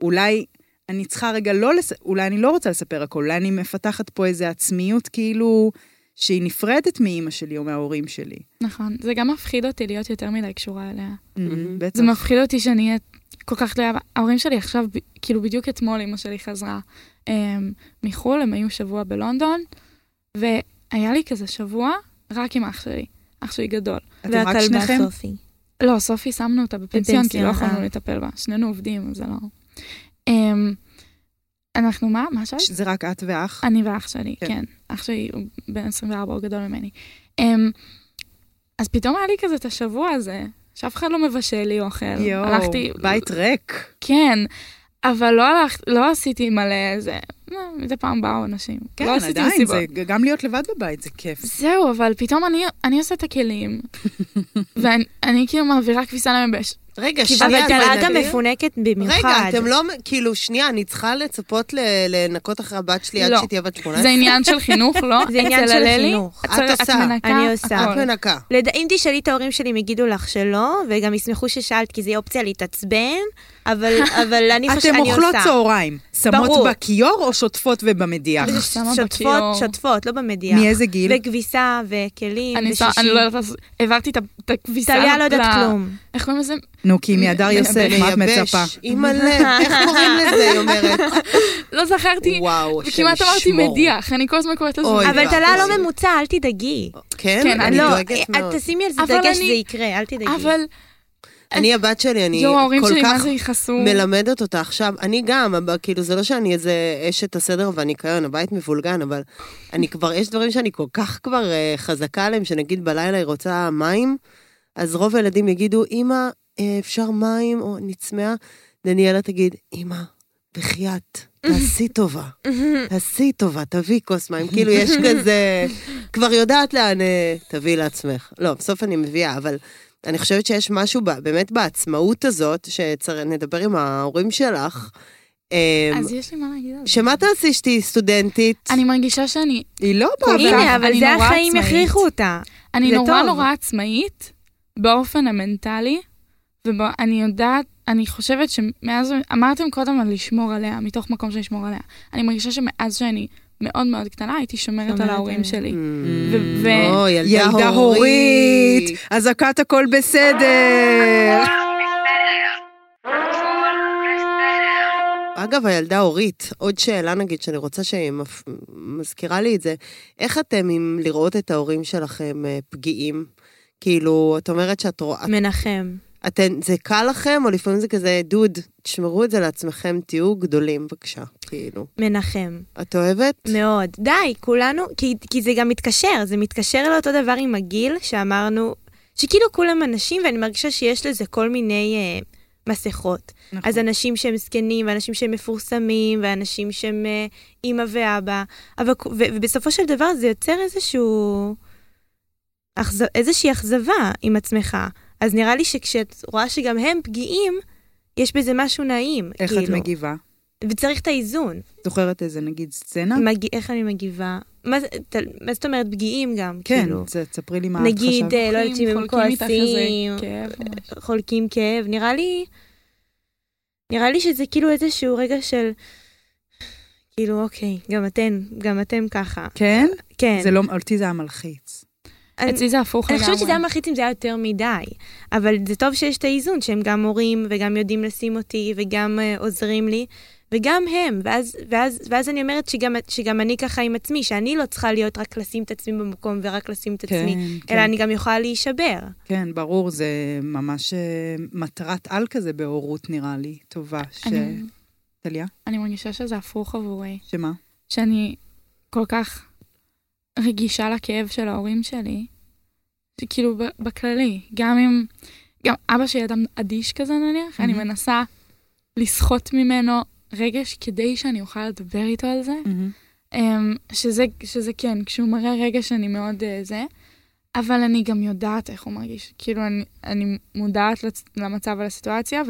אולי אני צריכה רגע לא, לס... אולי אני לא רוצה לספר הכל, אולי אני מפתחת פה איזו עצמיות כאילו שהיא נפרדת מאימא שלי או מההורים שלי.
נכון. זה גם מפחיד אותי להיות יותר מדי קשורה אליה.
מהמם, בטח.
זה מפחיד אותי שאני אהיה כל כך תלויה. בה. ההורים שלי עכשיו, ב- כאילו בדיוק אתמול אמא שלי חזרה אמ, מחו"ל, הם היו שבוע בלונדון, והיה לי כזה שבוע רק עם אח שלי, אח שלי גדול.
אתם רק שניכם?
סופי.
לא, סופי שמנו אותה בפנסיון, כי
בפנסיון,
לא
אה.
יכולנו לטפל בה, שנינו עובדים, אז זה לא... אמ, אנחנו, מה? מה שאלת?
ש- זה רק את ואח?
אני ואח שלי,
כן.
כן. אח שלי הוא בן 24, הוא גדול ממני. אמ, אז פתאום היה לי כזה את השבוע הזה, שאף אחד לא מבשל לי אוכל.
יואו,
הלכתי...
בית ריק.
כן, אבל לא הלכת, לא עשיתי מלא זה. לא, מדי פעם באו אנשים.
כן,
לא עשיתי
עדיין,
מסיבות.
זה, גם להיות לבד בבית זה כיף.
זהו, אבל פתאום אני, אני עושה את הכלים, ואני אני כאילו מעבירה כביסה למבש.
רגע,
אבל
שנייה,
תראה, את
זה נדיר.
המפונקת במיוחד.
רגע, אתם לא, כאילו, שנייה, אני צריכה לצפות ל- לנקות אחרי הבת שלי עד
לא.
שהיא תהיה בת 18?
זה עניין של חינוך, לא?
זה עניין
אצל
של
הללי,
חינוך.
את
את
צריכה-
עושה,
מנקה
אני עושה.
הכל.
את מנקה.
לד... אם תשאלי את ההורים שלי, הם יגידו לך שלא, וגם ישמחו ששאלת, כי זה אופציה להתעצבן, אבל, אבל אני חושבת,
אתם
אני
אוכלות
עושה.
צהריים, שמות
ברור.
בכיור או שוטפות ובמדיח?
אך, אה, שמה
שותפות,
בכיור.
שותפות, לא במדיח.
מאיזה גיל?
וכביסה, וכלים,
אני עושה-
ושישים.
אני לא יודעת לעשות, העברתי את ה- את הכביסה.
טליה לא יודעת
ל-
כלום.
איך קוראים לזה?
נו, כי מהדר יוסף, מה את
לייבש,
מצפה?
אימא'לה, איך קוראים לזה, היא אומרת.
לא זכרתי,
וואו, השם
וכמעט אמרתי
ישמור.
מדיח, אני כל הזמן קוראת לזה.
אוי,
אבל
ואבוי.
טלה לא ממוצע, אל תדאגי.
כן,
כן,
אני
לא,
דואגת
אל
מאוד.
תשימי על זה
אבל
דגש, זה
אני-
יקרה, אל תדאגי.
אבל,
אני הבת שלי, אני
יואו, ההורים
כל
שלי, מה
כך
זה יכעסו?
מלמדת אותה עכשיו. אני גם, אבל כאילו, זה לא שאני איזה אשת הסדר והניקיון, הבית מבולגן, אבל אני כבר, יש דברים שאני כל כך כבר אה, חזקה עליהם, שנגיד בלילה היא רוצה מים, אז רוב הילדים יגידו, אמא, אה, אפשר מים, או אני צמאה. דניאלה תגיד, אמא, בחייאת, תעשי טובה, תעשי טובה, תביא כוס מים. כאילו, יש כזה, כבר יודעת לאן אה, תביאי לעצמך. לא, בסוף אני מביאה, אבל אני חושבת שיש משהו ב- באמת בעצמאות הזאת, שנדבר עם ההורים שלך. אה,
אז יש לי מה להגיד על זה.
שמה תעשי שתהיי סטודנטית?
אני מרגישה שאני
היא לא באה.
כך,
הנה, אבל
אני
זה
נורא
החיים
עצמאית.
יכריחו אותה.
אני
זה
נורא
טוב.
נורא עצמאית באופן המנטלי, ואני יודעת, אני חושבת שמאז, אמרתם קודם על לשמור עליה, מתוך מקום של לשמור עליה. אני מרגישה שמאז שאני מאוד מאוד קטנה, הייתי שומרת
שומרת
על
עליה.
ההורים שלי.
Mm.
ו- ו-
או,
ילדה הורית, אזעקת הכל בסדר.
אגב, הילדה הורית, עוד שאלה נגיד, שאני רוצה שהיא מפ- מזכירה לי את זה, איך אתם עם לראות את ההורים שלכם אה, פגיעים? כאילו, את אומרת שאת רואה...
מנחם.
אתן, זה קל לכם, או לפעמים זה כזה, דוד, תשמרו את זה לעצמכם, תהיו גדולים בבקשה, כאילו.
מנחם.
את אוהבת?
מאוד. די, כולנו, כי, כי זה גם מתקשר, זה מתקשר לאותו דבר עם הגיל שאמרנו, שכאילו כולם אנשים, ואני מרגישה שיש לזה כל מיני אה, מסכות.
נכון.
אז אנשים שהם זקנים, ואנשים שהם מפורסמים, ואנשים שהם אה, אימא ואבא, אבל, כ- ו, ובסופו של דבר זה יוצר איזשהו... אכז, איזושהי אכזבה עם עצמך. אז נראה לי שכשאת רואה שגם הם פגיעים, יש בזה משהו נעים,
איך את
כאילו.
מגיבה?
וצריך את האיזון.
זוכרת איזה, נגיד, סצנה?
מגיע, איך אני מגיבה? מה, זה- ת- מה זאת אומרת פגיעים גם?
כן,
כאילו.
ת- תספרי לי מה את
נגיד,
חשבת.
אה, לא יודעת אם הם
חולקים איתך
כועסים,
איזה כאב או משהו.
חולקים כאב, נראה לי... נראה לי שזה כאילו איזשהו רגע של... כאילו, אוקיי, גם אתן, גם אתם ככה.
כן?
כן.
זה לא, אותי זה היה מלחיץ.
אני-
אצלי זה הפוך
אני
לגמרי.
חושבת שזה היה מלחיץ אם זה היה יותר מדי, אבל זה טוב שיש את האיזון, שהם גם הורים, וגם יודעים לשים אותי, וגם uh, עוזרים לי, וגם הם, ואז, ואז, ואז אני אומרת שגם, שגם אני ככה עם עצמי, שאני לא צריכה להיות רק לשים את עצמי במקום ורק לשים את
כן,
עצמי,
כן.
אלא אני גם יכולה להישבר.
כן, ברור, זה ממש אה, מטרת על כזה בהורות, נראה לי, טובה. ש...
אני-
טליה?
אני מרגישה שזה הפוך עבורי.
שמה?
שאני כל כך רגישה לכאב של ההורים שלי, שכאילו ב- בכללי, גם אם, גם אבא שלי אדם אדיש כזה נניח, אני
מהמם.
מנסה לסחוט ממנו רגש כדי שאני אוכל לדבר איתו על זה, אמ, שזה, שזה כן, כשהוא מראה רגש אני מאוד אה, זה, אבל אני גם יודעת איך הוא מרגיש, כאילו אני, אני מודעת לצ- למצב ולסיטואציה,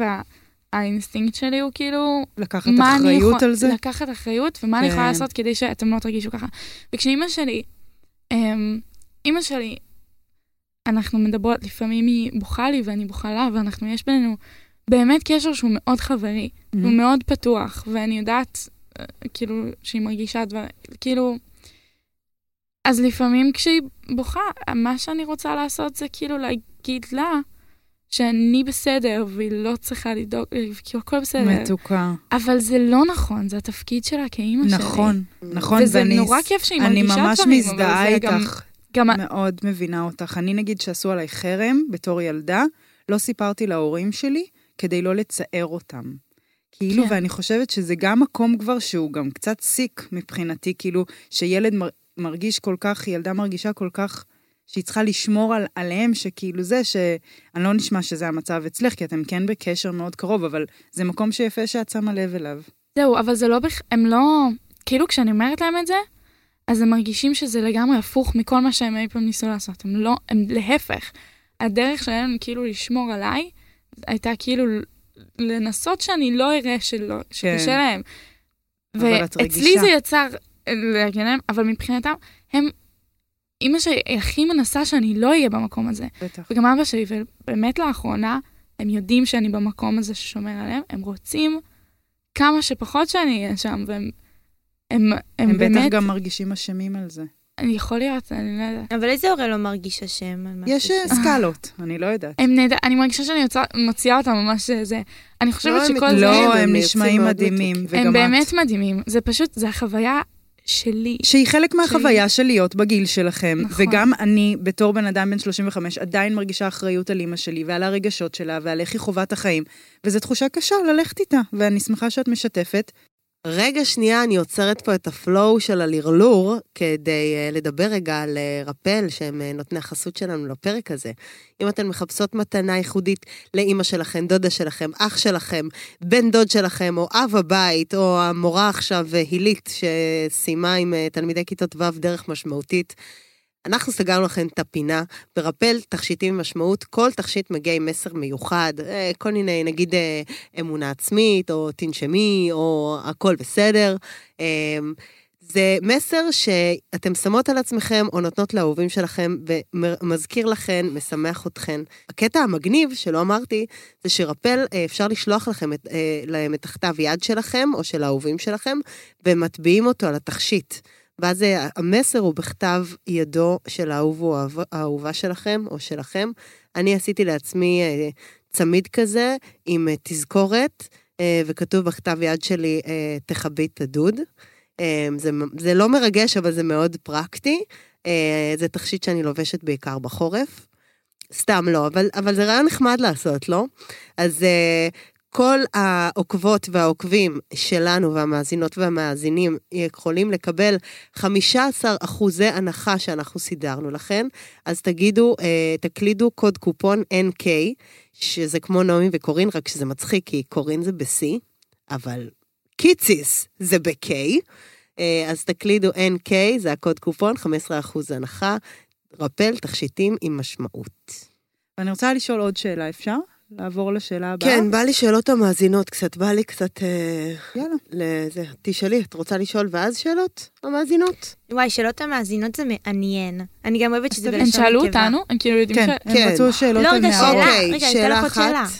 והאינסטינקט שלי הוא כאילו
לקחת
מה אני
אחריות
יכול-
על זה?
לקחת אחריות, ומה אני יכולה
כן.
לעשות כדי שאתם לא תרגישו ככה. וכשאימא שלי, אמ, אימא שלי, אנחנו מדברות, לפעמים היא בוכה לי ואני בוכה לה, ואנחנו, יש בינינו באמת קשר שהוא מאוד חברי,
Mhm.
הוא מאוד פתוח, ואני יודעת, אה, כאילו, שהיא מרגישה דבר, כאילו... אז לפעמים כשהיא בוכה, מה שאני רוצה לעשות זה כאילו להגיד לה שאני בסדר, והיא לא צריכה לדאוג, אה, כאילו הכל בסדר.
מתוקה.
אבל זה לא נכון, זה התפקיד שלה כאימא שלי.
נכון, נכון,
וזה
ואני-
נורא כיף שהיא
אני
מרגישה
ממש
דברים, אבל
מזדהה
זה גם-
איתך,
גם
מאוד מבינה אותך. אני נגיד שעשו עליי חרם בתור ילדה, לא סיפרתי להורים שלי כדי לא לצער אותם. כאילו,
כן.
ואני חושבת שזה גם מקום כבר שהוא גם קצת סיק מבחינתי, כאילו, שילד מר, מרגיש כל כך, ילדה מרגישה כל כך שהיא צריכה לשמור על, עליהם, שכאילו זה, שאני לא נשמע שזה המצב אצלך, כי אתם כן בקשר מאוד קרוב, אבל זה מקום שיפה שאת שמה לב אליו.
זהו, אבל זה לא, בכ- הם לא, כאילו כשאני אומרת להם את זה, אז הם מרגישים שזה לגמרי הפוך מכל מה שהם אי פעם ניסו לעשות. הם לא, הם להפך. הדרך שלהם כאילו לשמור עליי, הייתה כאילו לנסות שאני לא אראה שלא, שקשה
כן.
להם.
אבל את
ואצלי
רגישה.
זה יצר אה, להגן עליהם, אבל מבחינתם, הם, אימא שלי הכי מנסה שאני לא אהיה במקום הזה.
בטח.
וגם אבא שלי, ובאמת לאחרונה, הם יודעים שאני במקום הזה ששומר עליהם, הם רוצים כמה שפחות שאני אהיה שם, והם הם, הם,
הם בטח
באמת,
גם מרגישים אשמים על זה.
אני יכול להיות, אני לא יודעת.
אבל איזה הורה לא מרגיש אשם על משהו?
יש אה, סקלות, אני לא יודעת.
הם נהדר, אני מרגישה שאני יוצא, מוציאה אותם ממש אה, זה. אני חושבת
לא, הם
שכל
מתלהבים,
זה,
לא,
הם
הם
יוצאים
נשמעים
מאוד
מדהימים,
מתוקים.
וגם
הם באמת
את.
מדהימים. זה פשוט, זה החוויה שלי.
שהיא חלק מהחוויה של להיות בגיל שלכם,
נכון.
וגם אני, בתור בן אדם בן 35, עדיין מרגישה אחריות על אימא שלי ועל הרגשות שלה ועל איך היא חווה את החיים, וזו תחושה קשה ללכת איתה, ואני שמחה שאת משתפת.
רגע שנייה, אני עוצרת פה את הפלואו של הלרלור, כדי אה, לדבר רגע על אה, רפל, שהם אה, נותני החסות שלנו לפרק הזה. אם אתן מחפשות מתנה ייחודית לאימא שלכם, דודה שלכם, אח שלכם, בן דוד שלכם, או אב הבית, או המורה עכשיו, אה, הילית, שסיימה עם אה, תלמידי כיתות ו' דרך משמעותית, אנחנו סגרנו לכם את הפינה ברפל תכשיטים עם משמעות. כל תכשיט מגיע עם מסר מיוחד, אה, כל מיני, נגיד אה, אמונה עצמית, או תנשמי, או הכל בסדר. אה, זה מסר שאתם שמות על עצמכם או נותנות לאהובים שלכם ומזכיר לכן, משמח אתכן. הקטע המגניב שלא אמרתי, זה שרפל, אה, אפשר לשלוח לכם את, אה, להם את הכתב יד שלכם או של האהובים שלכם, והם מטביעים אותו על התכשיט. ואז אה, המסר הוא בכתב ידו של האהוב או האהב- האהובה שלכם או שלכם. אני עשיתי לעצמי אה, צמיד כזה עם אה, תזכורת, אה, וכתוב בכתב יד שלי, אה, תכבי את הדוד. אה, זה, מ- זה לא מרגש, אבל זה מאוד פרקטי. אה, זה תכשיט שאני לובשת בעיקר בחורף. סתם לא, אבל, אבל זה רעיון נחמד לעשות, לא? אז אה, כל העוקבות והעוקבים שלנו והמאזינות והמאזינים יכולים לקבל 15 אחוזי הנחה שאנחנו סידרנו לכם, אז תגידו, אה, תקלידו קוד קופון NK, שזה כמו נעמי וקורין, רק שזה מצחיק, כי קורין זה ב-C, אבל קיציס זה ב-K. אה, אז תקלידו NK, זה הקוד קופון, 15% הנחה, רפל תכשיטים עם משמעות.
ואני רוצה לשאול עוד שאלה, אפשר? לעבור לשאלה הבאה?
כן, בא לי שאלות המאזינות קצת, בא לי קצת אה,
יאללה.
לזה. תשאלי, את רוצה לשאול ואז שאלות המאזינות?
וואי, שאלות המאזינות זה מעניין. אני גם אוהבת שזה
הם
בלשון
הם
נקבה.
שאלו אותנו, הם כאילו יודעים
כן,
ש...
הם
כן.
רצו שאלות
לא,
על
רגע,
נערות. אה,
שאלה.
אוקיי,
רגע,
שאלה
אני אתן לך עוד
אחת.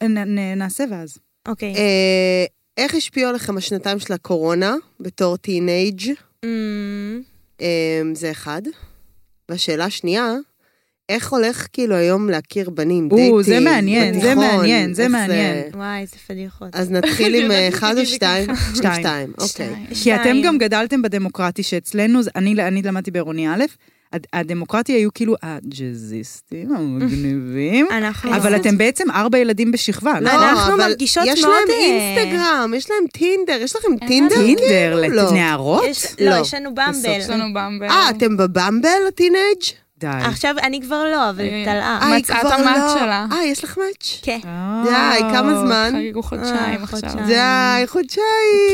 שאלה.
נ- נ- נעשה ואז.
אוקיי.
אה, איך השפיעו עליכם השנתיים של הקורונה בתור טינאייג'?
אמ,
אה, זה אחד. והשאלה השנייה, איך הולך כאילו היום להכיר בנים?
או,
דייטים,
זה מעניין, זה
בתיכון,
מעניין, זה
איך
מעניין.
וואי, איזה פדיחות.
אז נתחיל עם אה,
ידעתי
אחד או
שתגידי
שתיים?
שתיים.
שתיים, אוקיי.
שתיים.
כי אתם
שתיים.
גם גדלתם בדמוקרטי שאצלנו, זה- אני, אני למדתי בעירוני א', הד- הדמוקרטי היו כאילו הג'אזיסטים המגניבים,
אנחנו...
אבל אתם בעצם ארבע ילדים בשכבה,
לא,
לא?
אנחנו
אבל
מרגישות
יש
מאוד,
להם
אה,
אינסטגרם, יש להם טינדר, יש לכם
אין
טינדר?
לנו.
טינדר
כאילו, לא.
לנערות?
יש- לא,
לא.
יש לנו במבל.
יש לנו במבל.
אה, אתם בבמבל, הטינאג'?
די.
עכשיו, אני כבר לא, אבל
אה,
תלאה.
אה, היא
מצאה את
כבר
המאץ'
לא.
שלה.
אה, יש לך מאץ'?
כן.
אה.
די, כמה זמן?
חגגו חודשיים
אה,
עכשיו.
חודשיים.
די, חודשיים.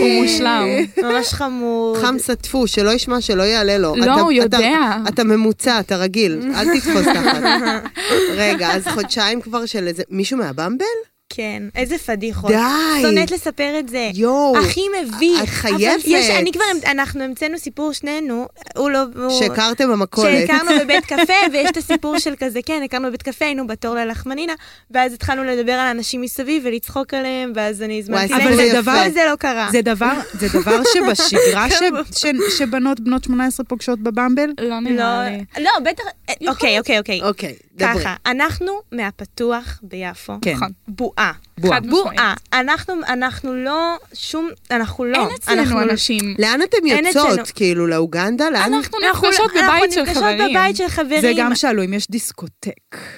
הוא מושלם.
ממש חמוד.
חמסה טפו, שלא ישמע, שלא יעלה לו.
לא,
אתה-
הוא
אתה-
יודע.
אתה ממוצע, אתה רגיל, אל תתפוס תחת. רגע, אז חודשיים כבר של איזה... מישהו מהבמבל?
כן. איזה פדיחות.
די.
שונאת לספר את זה.
יואו.
הכי מביך.
את חייבת.
אבל יש, אני כבר, אנחנו המצאנו סיפור שנינו, הוא לא... הוא-
שהכרתם במכולת.
שהכרנו בבית קפה, ויש את הסיפור של כזה, כן, הכרנו בבית קפה, היינו בתור ללחמנינה, ואז התחלנו לדבר על אנשים מסביב ולצחוק עליהם, ואז אני הזמנתי
וואי,
להם,
סיפור
וזה-
יפה.
וזה לא קרה.
אה, זה דבר, זה דבר שבשגרה ש, ש, שבנות בנות 18 פוגשות בבמבל?
לא
לא,
נראה לי.
לא, בטח, אוקיי, אוקיי, אוקיי.
אוקיי, דברי.
ככה, אנחנו מהפתוח ביפו.
כן.
נכון.
בועה.
בועה.
חד משמעית.
בועה. אה, אנחנו, אנחנו לא שום, אנחנו לא.
אין אצלנו
אנחנו לא-
אנשים.
לאן אתם
אין
יוצאות?
אצלנו.
כאילו, לאוגנדה? לאן?
אנחנו
אנחנו לא-
נפגשות בבית של
אנחנו נפגשות
חברים.
בבית של חברים.
זה גם שאלו אם יש דיסקוטק.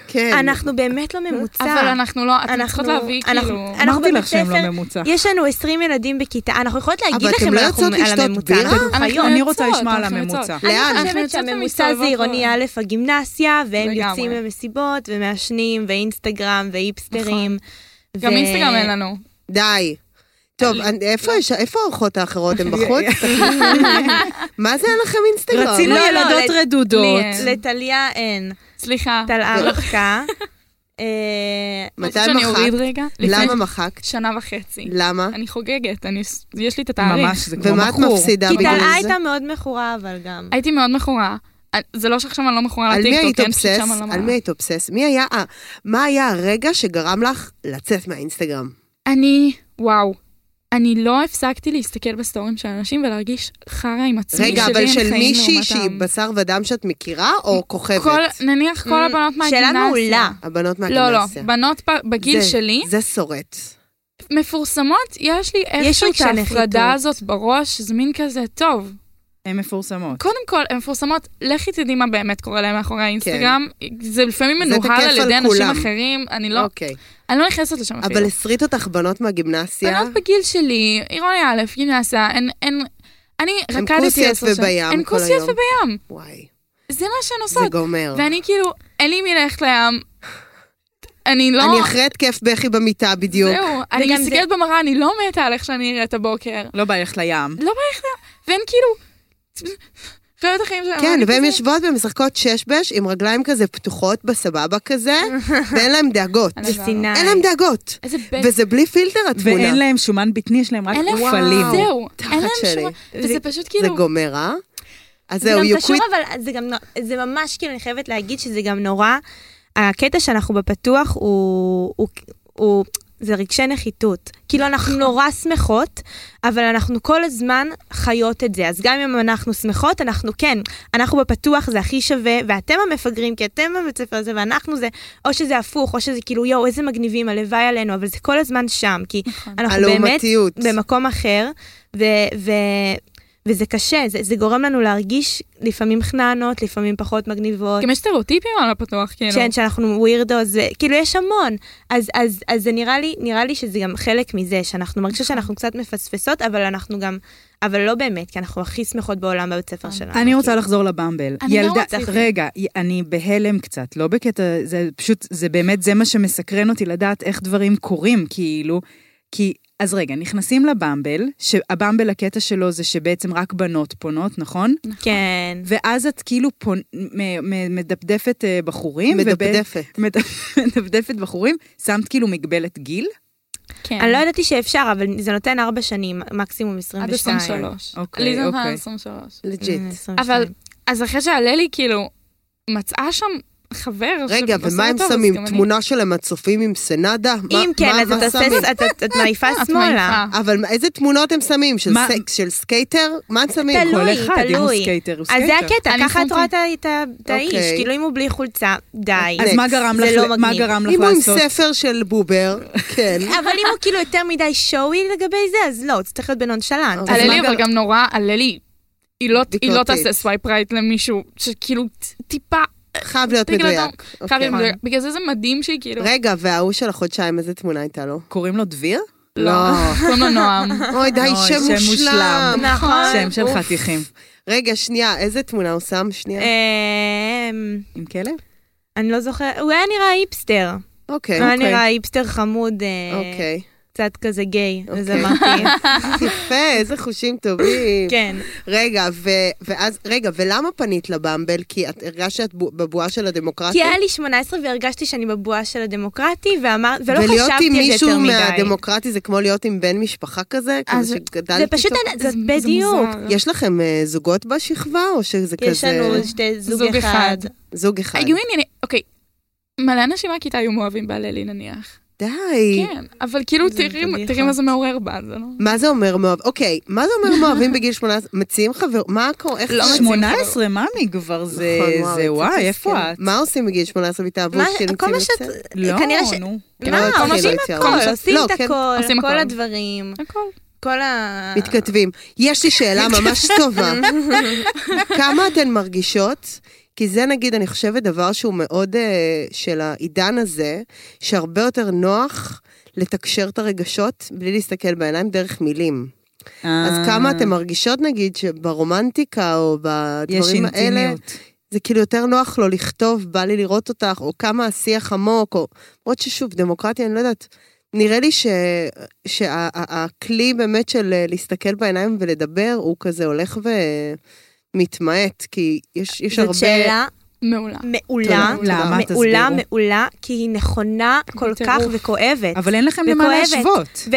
כן.
אנחנו באמת לא ממוצע.
אבל אנחנו לא, אתם
אנחנו-
צריכות להביא
אנחנו- אה,
כאילו...
אנחנו
אמרתי
בבית
לך שהם
ספר,
לא ממוצע.
יש לנו 20 ילדים בכיתה, אנחנו יכולות להגיד
אבל אתם
לכם
לא
אנחנו
יוצאות
על
לשתות
הממוצע.
בירה?
אנחנו
אנחנו
חיות.
אני
יוצאות,
רוצה לשמוע על
אנחנו
הממוצע.
יוצאות.
לאן?
אני
אנחנו
חושבת
יוצאות
שהממוצע זה
ומסתובבות
עירוני
פה.
א' הגימנסיה, והם
לגמרי.
יוצאים למסיבות, ומעשנים, ואינסטגרם, ואיפסטרים.
נכון. גם
ו-
אינסטגרם אין לנו.
די. טוב, אני- איפה יש- איפה האורחות האחרות? הן בחוץ? מה זה אין לכם אינסטגרם?
רצינו
לא, לא,
ילדות
לי-
רדודות.
לי אין.
לטליה אין.
סליחה.
טלעה רחקה. אה,
מתי
רוצה שאני אוריד
מחקת?
רגע?
למה
לפני
מחקת?
שנה וחצי.
למה?
אני חוגגת, אני- יש לי את התאריך.
ממש, זה כמו
ומה את
מכור.
מפסידה
כי
בגלל
טלעה
זה?
אה, הייתה מאוד מכורה, אבל גם.
הייתי מאוד מכורה. זה לא שעכשיו אני לא מכורה
על מי
לטיקטוק,
היית
כן? פשוט
אובסס?
שם אני לא
על מי
מראה.
היית אובסס? מי היה, ה- מה היה הרגע שגרם לך לצאת מהאינסטגרם?
אני, וואו. אני לא הפסקתי להסתכל בסטורים של אנשים ולהרגיש חרא עם עצמי.
רגע,
שלי
אבל
הם
של
חיים
מישהי
לעומתם.
שהיא בשר ודם שאת מכירה, או כוכבת?
כל, נניח כל
Mm,
הבנות מהגימנסיה.
שאלה מעולה.
הבנות
לא, לא,
מהגימנסיה.
בנות ב- בגיל
זה-
שלי,
זה שורט.
מפורסמות, יש לי איכשהו את
אותה
ההפרדה
נחיתות.
הזאת בראש, זה מין כזה, טוב.
הן מפורסמות.
קודם כל, הן מפורסמות, לכי תדעי מה באמת קורה להן מאחורי האינסטגרם. זה לפעמים
כן. זה
מנוהל
תקף
על
על
ידי אנשים
כולם.
אחרים, אני לא,
אוקיי.
אני לא נכנסת לשם אפילו.
אבל הסריט אותך בנות מהגימנסיה?
בנות בגיל שלי, עירוני א', גימנסיה, הן, הן, אני
הן
רקדתי
כוסיות
עשר שנים.
ובים
הן
כל
כוסיות
היום.
ובים.
וואי,
זה מה שהן
זה
עושות.
גומר.
ואני כאילו, אין לי מי ללכת לים. אני לא...
אני אחרי התקף בכי במיטה בדיוק.
זהו, אני
וגם זה-
מסתכלת במראה, אני לא מתה על איך שאני נראית הבוקר.
לא בא ללכת לים.
לא בא לך, והן כאילו... חיות את החיים שלהם.
כן,
אני
והן
כזה-
יושבות ומשחקות ששבש עם רגליים כזה פתוחות בסבבה כזה, ואין להן דאגות.
אני לא-
בסיני.
אין להן דאגות.
איזה בן.
וזה בלי פילטר התמונה.
ואין להם שומן בטני, יש להם רק
אין להם
אופלים.
וואו.
זהו,
תחת
אין להם
שלי.
שום... וזה פשוט
זה
כאילו...
גומר, אה? אז
זה
זהו,
גם
you
קשור,
quit.
אבל זה גם, נו- זה ממש, כאילו, אני חייבת להגיד שזה גם נורא. הקטע שאנחנו בפתוח הוא, הוא, הוא, זה רגשי נחיתות. כאילו, אנחנו
נכון.
נורא שמחות, אבל אנחנו כל הזמן חיות את זה. אז גם אם אנחנו שמחות, אנחנו כן, אנחנו בפתוח, זה הכי שווה, ואתם המפגרים, כי אתם בבית ספר הזה, ואנחנו זה, או שזה הפוך, או שזה כאילו, יואו, איזה מגניבים, הלוואי עלינו, אבל זה כל
נכון.
הזמן שם, כי אנחנו באמת
הלעומתיות.
במקום אחר, ו- ו- וזה קשה, זה, זה גורם לנו להרגיש לפעמים חננות, לפעמים פחות מגניבות.
גם יש סטריאוטיפים על הפתוח, כאילו.
כן, שאנחנו ווירדוס, וכאילו יש המון. אז, אז, אז זה נראה לי, נראה לי שזה גם חלק מזה, שאנחנו מרגישות שאנחנו קצת מפספסות, אבל אנחנו גם, אבל לא באמת, כי אנחנו הכי שמחות בעולם בבית ספר שלנו. כן.
אני רוצה לחזור לבמבל.
לא
אני גם
ילדה-
רציתי.
רגע, י- אני בהלם קצת, לא בקטע, זה פשוט, זה באמת, זה מה שמסקרן אותי לדעת איך דברים קורים, כאילו, כי, אז רגע, נכנסים לבמבל, שהבמבל הקטע שלו זה שבעצם רק בנות פונות, נכון?
כאילו. כן.
ואז את כאילו פונ... מ- מ- מדפדפת אה, בחורים.
מדפדפת.
ובעצם- מד- מדפדפת בחורים, שמת כאילו מגבלת גיל?
כן.
אני לא ידעתי שאפשר, אבל זה נותן ארבע שנים, מקסימום 22.
עד 23.
אוקיי,
לי זה נתן
אוקיי.
עד 23.
לג'יט.
אה, 22.
אבל, אז אחרי שעללי, כאילו, מצאה שם חבר
רגע,
שבסוף
ומה הם
טוב, אז
שמים?
גם אני-
תמונה שלהם הצופים עם סנדה? מה-
אם כן,
מה-
אז
מה
את עושה-
שמים?
את- את- את מעיפה
את
שמאלה.
מעיפה.
אבל מה- איזה תמונות הם שמים? של
מה- לא-
סק- של סקייטר? מה הם שמים?
תלוי.
כל אחד, אם הוא
תלוי.
סקייטר, הוא
אז
סקייטר.
זה הקטע,
אני
ככה את
שמתי.
רואה את ה- את ה- את האיש,
אוקיי.
כאילו אם הוא בלי חולצה, די.
אז מה
נקס.
גרם
זה
לך,
לא
מה
מגניב.
גרם לך
אם הוא עם
לעשות?
ספר של בובר, כן.
אבל אם הוא כאילו יותר מדי שואי לגבי זה, אז לא, זה צריך להיות בנונשלנט.
אז
עללי
מה
אבל
גם-
גם נורא, עללי, היא לא- היא לא
ביקורתית.
תעשה סווייפ רייט למישהו שכאילו ט- טיפה,
חייב להיות
פיגל
מדויק.
אדום. חייב
אוקיי.
להיות מדויק. לא, בגלל זה זה מדהים שהיא כאילו,
רגע, וההוא של החודשיים, איזה תמונה הייתה לו?
קוראים לו דביר?
לא,
לא.
קוראים לו נועם.
אוי, די,
אוי,
שם
שם
מושלם.
מושלם.
אה,
נכון.
שם של
אוף.
חתיכים.
רגע, שנייה, איזה תמונה הוא שם?
אה,
שנייה.
אמ,
עם כלב?
אני לא זוכרת, הוא היה נראה היפסטר.
אוקיי.
הוא היה
אוקיי.
נראה היפסטר חמוד, אה,
אוקיי.
קצת כזה גיי. אז
אוקיי.
אמרתי,
יפה, איזה חושים טובים.
כן.
רגע, ו- ואז, רגע, ולמה פנית לבמבל? כי את הרגשת שאת בו- בבועה של
כי
הדמוקרטיה?
היה לי 18 והרגשתי שאני בבועה של הדמוקרטי, ואמר, ולא חשבתי על
ולהיות
זה יותר
עם
מדי.
מישהו מהדמוקרטי זה כמו להיות עם בן משפחה כזה?
אז-
כזה שגדל
זה פשוט,
פתאום?
אנ- זה בדיוק.
מוזר.
יש לכם אה, זוגות בשכבה, או שזה כזה...
יש לנו שתי זוג
זוג
אחד.
אחד.
זוג אחד.
היו עניינים, אוקיי, מלא אנשים מהכיתה היו מאוהבים בעללי נניח.
די.
כן, אבל כאילו
זה
תראי
מביך.
תראי מה זה מעורר בה, זה לא...
מה זה אומר מאוהב? אוקיי, מה זה אומר מאוהבים בגיל 18? מציעים חבר... מה קורה? איך...
לא
זה?
מציעים.
18, מאמי כבר, זה,
נכון,
זה
איזה
וואי,
תסכול.
איפה את?
מה עושים בגיל 18 והתאהבות?
מה,
כאילו,
כל מה
מציעים
שאת,
לצאת?
לא,
כנראה ש...
נו.
כן,
כאילו, מה,
לא, כן,
עושים
לא
הכל,
התייעצות.
עושים
לא,
את
כן.
הכל,
עושים
כל
הכל.
הדברים,
הכל.
כל
אה.
ה...
מתכתבים. יש לי שאלה ממש טובה. כמה אתן מרגישות? כי זה נגיד, אני חושבת, דבר שהוא מאוד אה, של העידן הזה, שהרבה יותר נוח לתקשר את הרגשות בלי להסתכל בעיניים דרך מילים. אז כמה אתן מרגישות, נגיד, שברומנטיקה או
אה. אה, יש
בדברים האלה,
אינטימיות.
זה כאילו יותר נוח לו לכתוב, בא לי לראות אותך, או כמה השיח עמוק, או... למרות ששוב, דמוקרטיה, אני לא יודעת. נראה לי ש... שהכלי באמת של אה, להסתכל בעיניים ולדבר, הוא כזה הולך ומתמעט, כי יש, יש הרבה...
זאת שאלה
מעולה.
מעולה,
תודה.
למה?
מעולה,
תסבירו.
מעולה, כי היא נכונה כל
בטירוף.
כך וכואבת.
אבל אין לכם למה
וכואבת.
להשוות.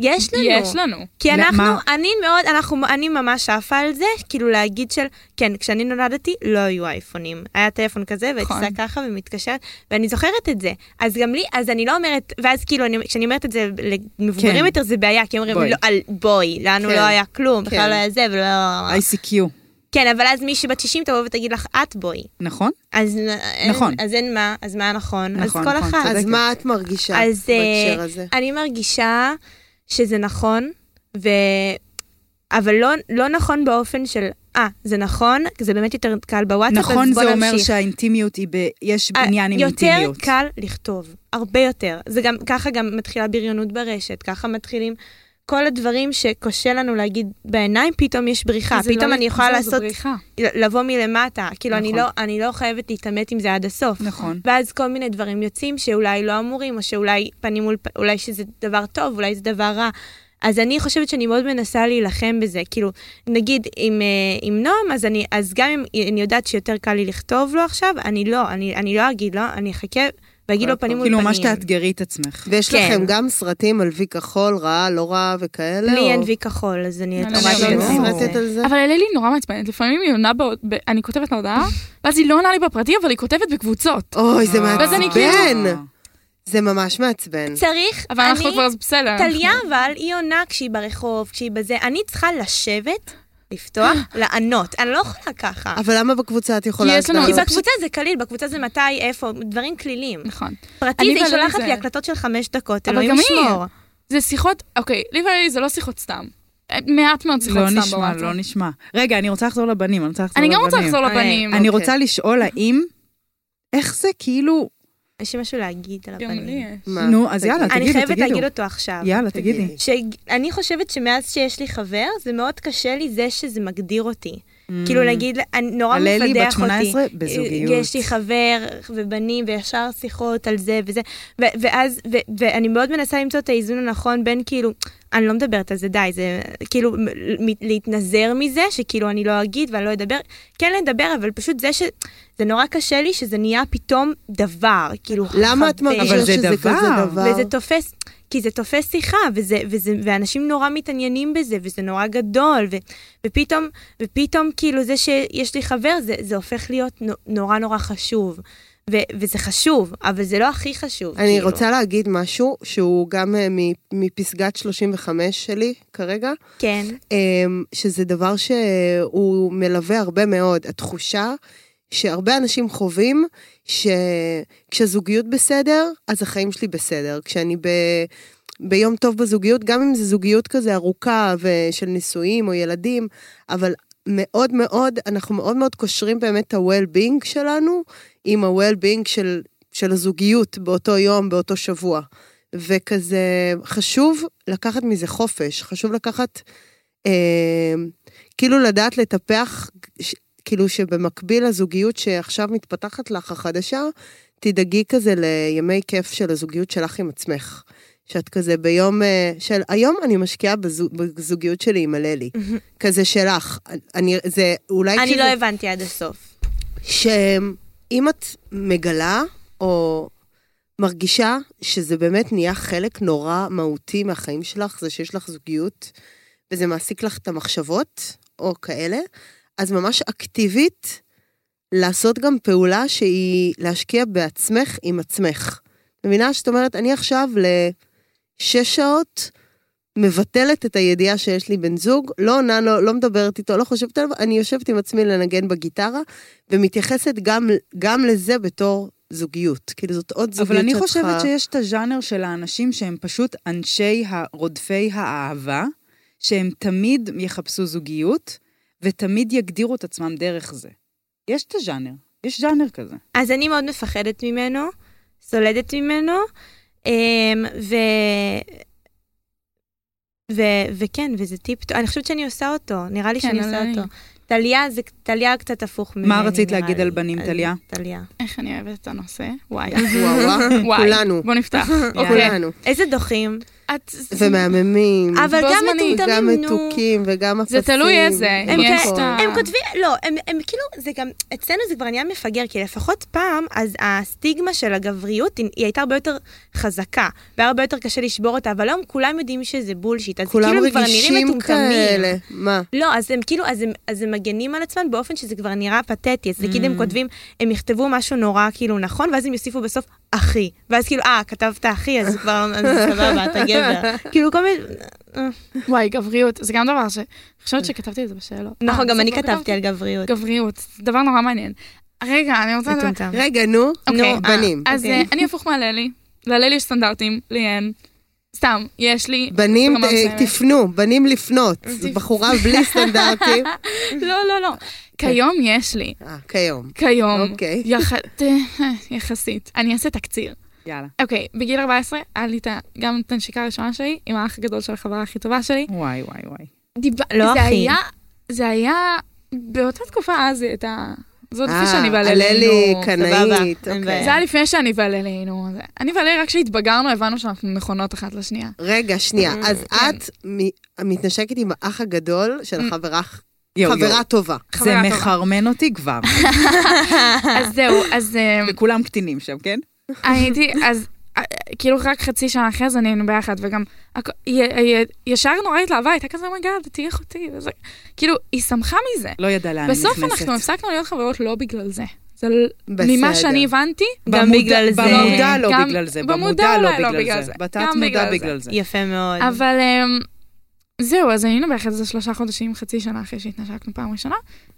ויש לנו.
יש לנו.
כי
למה?
אנחנו, אני מאוד, אנחנו, אני ממש עפה על זה, כאילו להגיד של, כן, כשאני נולדתי, לא היו אייפונים. היה טלפון כזה, והייתי
נכון.
עושה ככה ומתקשרת, ואני זוכרת את זה. אז גם לי, אז אני לא אומרת, ואז כאילו, אני, כשאני אומרת את זה למבוגרים
כן.
יותר, זה בעיה, כי אומרים,
בואי.
לא, על, בואי, לנו
כן.
לא היה כלום, בכלל
כן.
לא היה זה, ולא...
ICQ,
כן, אבל אז מישהי בת 60 תבוא ותגיד לך, את בואי.
נכון?
אז נ-
נכון.
אין, אז אין מה, אז מה נכון?
נכון,
אז כל
נכון,
אחת.
צודקת.
אז מה את מרגישה
אז, אה,
בהקשר הזה?
אני מרגישה שזה נכון, ו... אבל לא, לא נכון באופן של, אה, זה נכון, זה באמת יותר קל בוואטסאפ,
נכון
אז
זה
בוא נמשיך.
אומר שהאינטימיות היא ב... יש
אה,
עניין עם
יותר
אינטימיות.
קל לכתוב, הרבה יותר. זה גם, ככה גם מתחילה בריונות ברשת, ככה מתחילים כל הדברים שקשה לנו להגיד בעיניים, פתאום יש בריחה.
זה לא
פתאום אני יכולה
זהו, זו
לעשות,
בריחה.
לבוא מלמטה. כאילו, אני
נכון.
לא- אני לא חייבת להתעמת עם זה עד הסוף.
נכון.
ואז כל מיני דברים יוצאים שאולי לא אמורים, או שאולי פנים מול פ... אולי שזה דבר טוב, אולי זה דבר רע. אז אני חושבת שאני מאוד מנסה להילחם בזה. כאילו, נגיד עם, אה, עם נועם, אז, אני, אז גם אם אני יודעת שיותר קל לי לכתוב לו עכשיו, אני לא, אני, אני לא אגיד לו, אני אחכה ואגיד לו פנים מול
כאילו,
פנים.
ממש תאתגרי את עצמך.
ויש
כן.
לכם גם סרטים על וי כחול, רע, לא רע וכאלה?
לי
או-
אין וי כחול, אז אני
לא, לא,
הורדתי
לא,
את
אתם
לא.
זה.
סרטת על זה?
אבל אלי נורא מעצבנת, לפעמים היא עונה, בהוד- ב- אני כותבת לה הודעה, ואז היא לא עונה לי בפרטי, אבל היא כותבת בקבוצות.
אוי, זה
אה.
ואז אני
מעצבן.
כאילו- כן.
זה ממש מעצבן.
צריך,
אבל אנחנו
אני,
כבר אז בסדר.
טליה אבל, היא עונה כשהיא ברחוב, כשהיא בזה, אני צריכה לשבת, לפתוח, לענות. אני לא יכולה ככה.
אבל למה בקבוצה את יכולה...
כי יש לנו-
לענות?
כי בקבוצה זה קליל, בקבוצה זה מתי, איפה, דברים כלילים.
נכון.
פרטי
אני
זה, היא
ואלון
שולחת
זה-
לי הקלטות של חמש דקות,
אבל
אלוהים
גם היא.
ישמור.
זה שיחות, אוקיי, לי ואלי זה לא שיחות סתם. מעט מאוד שיחות
לא
סתם
נשמע,
בוואטסאפ.
לא נשמע. רגע, אני רוצה לחזור לבנים, אני רוצה לחזור
אני
לבנים.
גם רוצה לחזור
אוקיי.
לבנים.
אני
אוקיי.
רוצה לשאול האם, איך זה כאילו,
יש לי משהו להגיד על
גם לי
הבנים.
יש.
מה?
נו, אז יאללה,
אני
תגידו,
חייבת להגיד
תגידו.
אותו עכשיו.
יאללה,
כן.
תגידי.
שאני חושבת שמאז שיש לי חבר, זה מאוד קשה לי זה שזה מגדיר אותי.
Mm.
כאילו, נגיד, אני- נורא מפדח אותי. אה,
הללי בת 18 בזוגיות.
יש לי חבר ובנים וישר שיחות על זה וזה, ו- ואז, ו- ואני מאוד מנסה למצוא את האיזון הנכון בין כאילו, אני לא מדברת על זה, די, זה כאילו מ- מ- להתנזר מזה, שכאילו אני לא אגיד ואני לא אדבר, כן לדבר, אבל פשוט זה ש... זה נורא קשה לי שזה נהיה פתאום דבר, כאילו
למה את
חבר.
מרגישה
אבל זה
שזה
דבר.
כזה דבר?
וזה תופס, כי זה תופס שיחה, וזה, וזה, ואנשים נורא מתעניינים בזה, וזה נורא גדול, ו, ופתאום, ופתאום כאילו זה שיש לי חבר, זה, זה הופך להיות נו- נורא נורא חשוב. ו, וזה חשוב, אבל זה לא הכי חשוב.
אני
כאילו.
רוצה להגיד משהו שהוא גם אה, מ- מפסגת 35 שלי כרגע,
כן,
אה, שזה דבר שהוא מלווה הרבה מאוד, התחושה שהרבה אנשים חווים שכשזוגיות בסדר, אז החיים שלי בסדר. כשאני ב... ביום טוב בזוגיות, גם אם זו זוגיות כזה ארוכה ושל נישואים או ילדים, אבל מאוד מאוד, אנחנו מאוד מאוד קושרים באמת את ה-well-being שלנו עם ה-well-being של, של הזוגיות באותו יום, באותו שבוע. וכזה, חשוב לקחת מזה חופש, חשוב לקחת, אה, כאילו לדעת לטפח, ש- כאילו שבמקביל לזוגיות שעכשיו מתפתחת לך החדשה, תדאגי כזה לימי כיף של הזוגיות שלך עם עצמך. שאת כזה ביום אה, של, היום אני משקיעה בזו- בזוגיות שלי עם הללי. כזה שלך. אני, זה אולי...
אני
כשזה-
לא הבנתי עד הסוף.
שאם את מגלה או מרגישה שזה באמת נהיה חלק נורא מהותי מהחיים שלך, זה שיש לך זוגיות, וזה מעסיק לך את המחשבות, או כאלה, אז ממש אקטיבית לעשות גם פעולה שהיא להשקיע בעצמך עם עצמך. מבינה? זאת אומרת, אני עכשיו לשש שעות מבטלת את הידיעה שיש לי בן זוג, לא עונה לו, לא מדברת איתו, לא חושבת עליו, אני יושבת עם עצמי לנגן בגיטרה, ומתייחסת גם, גם לזה בתור זוגיות. כאילו, זאת עוד זוגיות
אבל אני
שאת
חושבת
צריכה-
שיש את הז'אנר של האנשים שהם פשוט אנשי ה- רודפי האהבה, שהם תמיד יחפשו זוגיות, ותמיד יגדירו את עצמם דרך זה. יש את הז'אנר, יש ז'אנר כזה.
אז אני מאוד מפחדת ממנו, סולדת ממנו, אמ, ו... ו... וכן, וזה טיפ טוב, אני חושבת שאני עושה אותו, נראה לי
כן,
שאני
אבל
עושה
אני-
אותו. טליה זה טליה קצת הפוך ממני,
רצית
נראה
להגיד
לי.
על בנים,
אז-
טליה?
טליה.
איך אני אוהבת את הנושא. וואי.
וואו, וואו,
וואי.
כולנו,
בוא נפתח.
כן.
אוקיי.
כולנו.
איזה דוחים.
את...
ומהממים,
אבל
בו
גם
זמנית,
מטומטמים,
גם
נו.
מתוקים וגם אפסים. אוקיי.
תלוי איזה,
הם
אם יש
כ-
את ה-
הם כותבים, לא, הם, הם כאילו, זה גם, אצלנו זה כבר נהיה מפגר, כי לפחות פעם, אז הסטיגמה של הגבריות, היא היא הייתה הרבה יותר חזקה, והיה הרבה יותר קשה לשבור אותה, אבל היום כולם יודעים שזה בולשיט, אז
כולם
כאילו הם כבר נראים
רגישים
מטומטמים.
כאלה. מה?
לא, אז הם כאילו, אז הם, אז הם מגנים על עצמם באופן שזה כבר נראה פתטי. אז נגיד הם כותבים, הם יכתבו משהו נורא כאילו נכון, ואז הם יוסיפו בסוף אחי. ואז כאילו, אה, כתבת אחי, אז כבר, אז סבבה, אתה גבר. כאילו כל מיני...
וואי, גבריות, זה גם דבר ש... אני חושבת שכתבתי את זה בשאלות.
נכון,
אה,
גם
בסוף
אני
לא
כתבתי על גבריות.
גבריות, זה דבר נורא מעניין. רגע, אני רוצה לדבר...
מטומטם.
רגע, נו,
אוקיי.
נו, בנים.
אז
אוקיי.
אה, אני הפוך מהללי. לללי יש סטנדרטים, לי אין. סתם, יש לי...
בנים,
ברמה
אה,
מסוימת.
תפנו, בנים לפנות.
תפ-
בחורה בלי סטנדרטים.
לא, לא, לא. כיום יש לי.
אה, כיום.
כיום.
אוקיי.
יח- אה, יחסית. אני אעשה תקציר.
יאללה.
אוקיי, בגיל 14 היה לי את ה- גם את הנשיקה הראשונה שלי, עם האח הגדול של החברה הכי טובה שלי.
וואי, וואי, וואי.
דיב-
לא
זה
אחי.
היה, זה היה, באותה תקופה אז היא הייתה, זה עוד לפני שאני
אה,
והללי
הללי
היינו-
קנאית,
סבבה,
אוקיי.
אין בעיה.
זה היה לפני שאני והללי היינו, זה- אני והללי רק כשהתבגרנו הבנו שאנחנו נכונות אחת לשנייה.
רגע, שנייה.
אה,
אז
כן.
את מ- מתנשקת עם האח הגדול של
אה.
החברה,
יואו, יואו.
חברה טובה.
זה
חברה טובה.
מחרמן אותי כבר.
אז זהו, אז אמ,
וכולם קטינים שם, כן?
הייתי, אז אה, כאילו רק חצי שנה אחרי זה היינו ביחד, וגם הכ- היא- היא- ישר נורא התלהבה, הייתה כזה "Oh מגד, תהיה אחותי, וזה, כאילו, היא שמחה מזה.
לא ידע לאן אני נכנסת.
בסוף אנחנו הפסקנו להיות חברות לא בגלל זה. זה ל-
בסדר.
ממה שאני הבנתי,
גם
במודע-
בגלל זה.
במודע לא
גם-
בגלל זה,
במודע
במודע
אולי
לא בגלל זה. בתת
גם
מודע
בגלל זה.
בגלל זה.
יפה מאוד.
אבל אמ, זהו, אז היינו ביחד איזה שלושה חודשים, חצי שנה אחרי שהתנשקנו פעם ראשונה,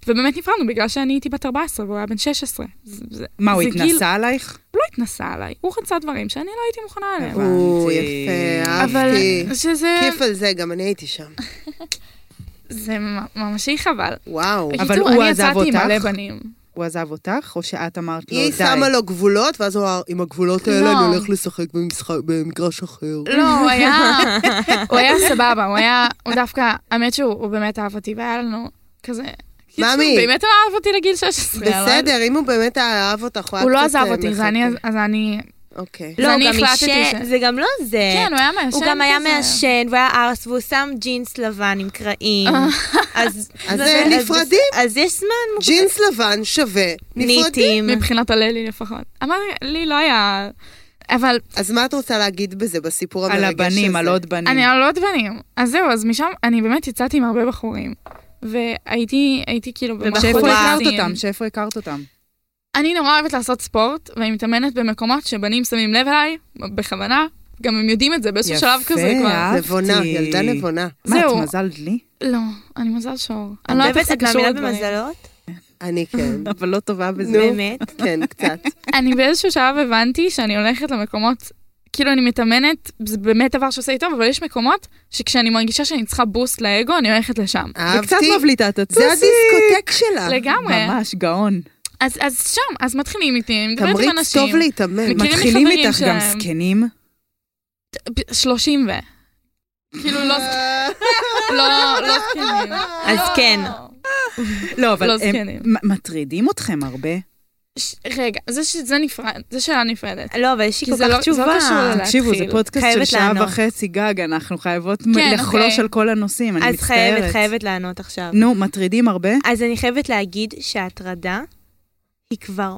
ובאמת נפרדנו בגלל שאני הייתי בת 14 והוא היה בן 16. זה- זה-
מה, הוא
זה גיל-
התנסה עלייך?
הוא לא התנסה עליי, הוא רצה דברים שאני לא הייתי מוכנה אליהם.
הבנתי.
או, יפה,
אבל
אהבתי.
שזה...
כיף על זה, גם אני הייתי שם.
זה ממ- ממשי חבל.
וואו.
אבל
בקיצור,
הוא
אני
עזב
יצאתי עם
אותך?
מלא בנים.
הוא עזב אותך, או שאת אמרת לו, לא, די.
היא שמה לו גבולות, ואז הוא אמר, עם הגבולות האלה
לא.
אני הולך לשחק במשחק- במגרש אחר.
לא, הוא היה, הוא היה סבבה, הוא היה, הוא דווקא, האמת שהוא הוא באמת אהב אותי, והיה לנו כזה... כאילו,
מאמי.
באמת הוא אהב אותי לגיל 16. אבל-
בסדר, אם הוא באמת אהב אותך, הוא היה
הוא לא
קצת,
עזב
אה,
אותי, זה
מחכה.
אני, אז אני...
אוקיי.
אז אני החלטתי
עישן-
ש-
לא, זה גם לא זה.
כן, הוא היה מעשן
הוא גם היה
כזה.
מעשן, והוא היה ארס, והוא שם ג'ינס לבן עם קרעים. אז
אז
זה-
הם נפרדים.
אז יש זמן מוגבל.
ג'ינס לבן שווה נפרדים.
ניטים.
מבחינת הללי לפחות. אמר, לי לא היה... אבל
אז מה את רוצה להגיד בזה, בסיפור המרגש
על
הזה?
הבנים, על עוד בנים.
אני על עוד בנים. אז זהו, אז משם אני באמת יצאתי עם הרבה בחורים. והייתי הייתי כאילו במחוז
שאיפה
בחורה.
הכרת
נשים.
אותם? שאיפה הכרת אותם?
אני נורא אוהבת לעשות ספורט, ואני מתאמנת במקומות שבנים שמים לב אליי, בכוונה. גם הם יודעים את זה באיזשהו
יפה,
שלב כזה כבר.
אהבתי.
נבונה, ילדה נבונה.
מה,
זהו.
את מזלת לי?
לא, אני מזל שור. אני
אני
לא
לא
יודעת
אוהבת
איך זה
את
קשור
מאמינה
לדברים.
במזלות?
אני כן.
אבל לא טובה בזה.
נו.
באמת?
כן, קצת.
אני באיזשהו שלב הבנתי שאני הולכת למקומות, כאילו אני מתאמנת, זה באמת דבר שעושה לי טוב, אבל יש מקומות שכשאני מרגישה שאני צריכה בוסט לאגו, אני הולכת לשם.
אהבתי.
וקצת מבליטה את
זה
הטוסי.
הדיסקוטק שלה.
לגמרי.
ממש גאון.
אז, אז שם, אז מתחילים איתי, מדברת עם
תמריץ
אנשים.
טוב להתאמן.
מכירים לי
מתחילים
חברים
איתך גם
שלהם.
זקנים.
ב- 30 ו... כאילו לא, לא, לא זקנים.
אז
לא.
כן.
לא, אבל
לא
הם
זקנים.
מ- מטרידים אתכם הרבה.
ש- רגע, זה ש- זה נפרד, זה שאלה נפרדת.
לא, אבל יש לי
כי
כל
זה לא-
כך
זה לא
תשובה.
קשור אליה.
תקשיבו, זה
להתחיל.
פודקאסט של
חייבת
שעה
לענות.
וחצי גג, אנחנו חייבות מ-
כן,
לחלוש
אוקיי.
על כל הנושאים, אני
אז
מצטערת.
חייבת, חייבת לענות עכשיו.
נו, מטרידים הרבה?
אז אני חייבת להגיד שההטרדה היא כבר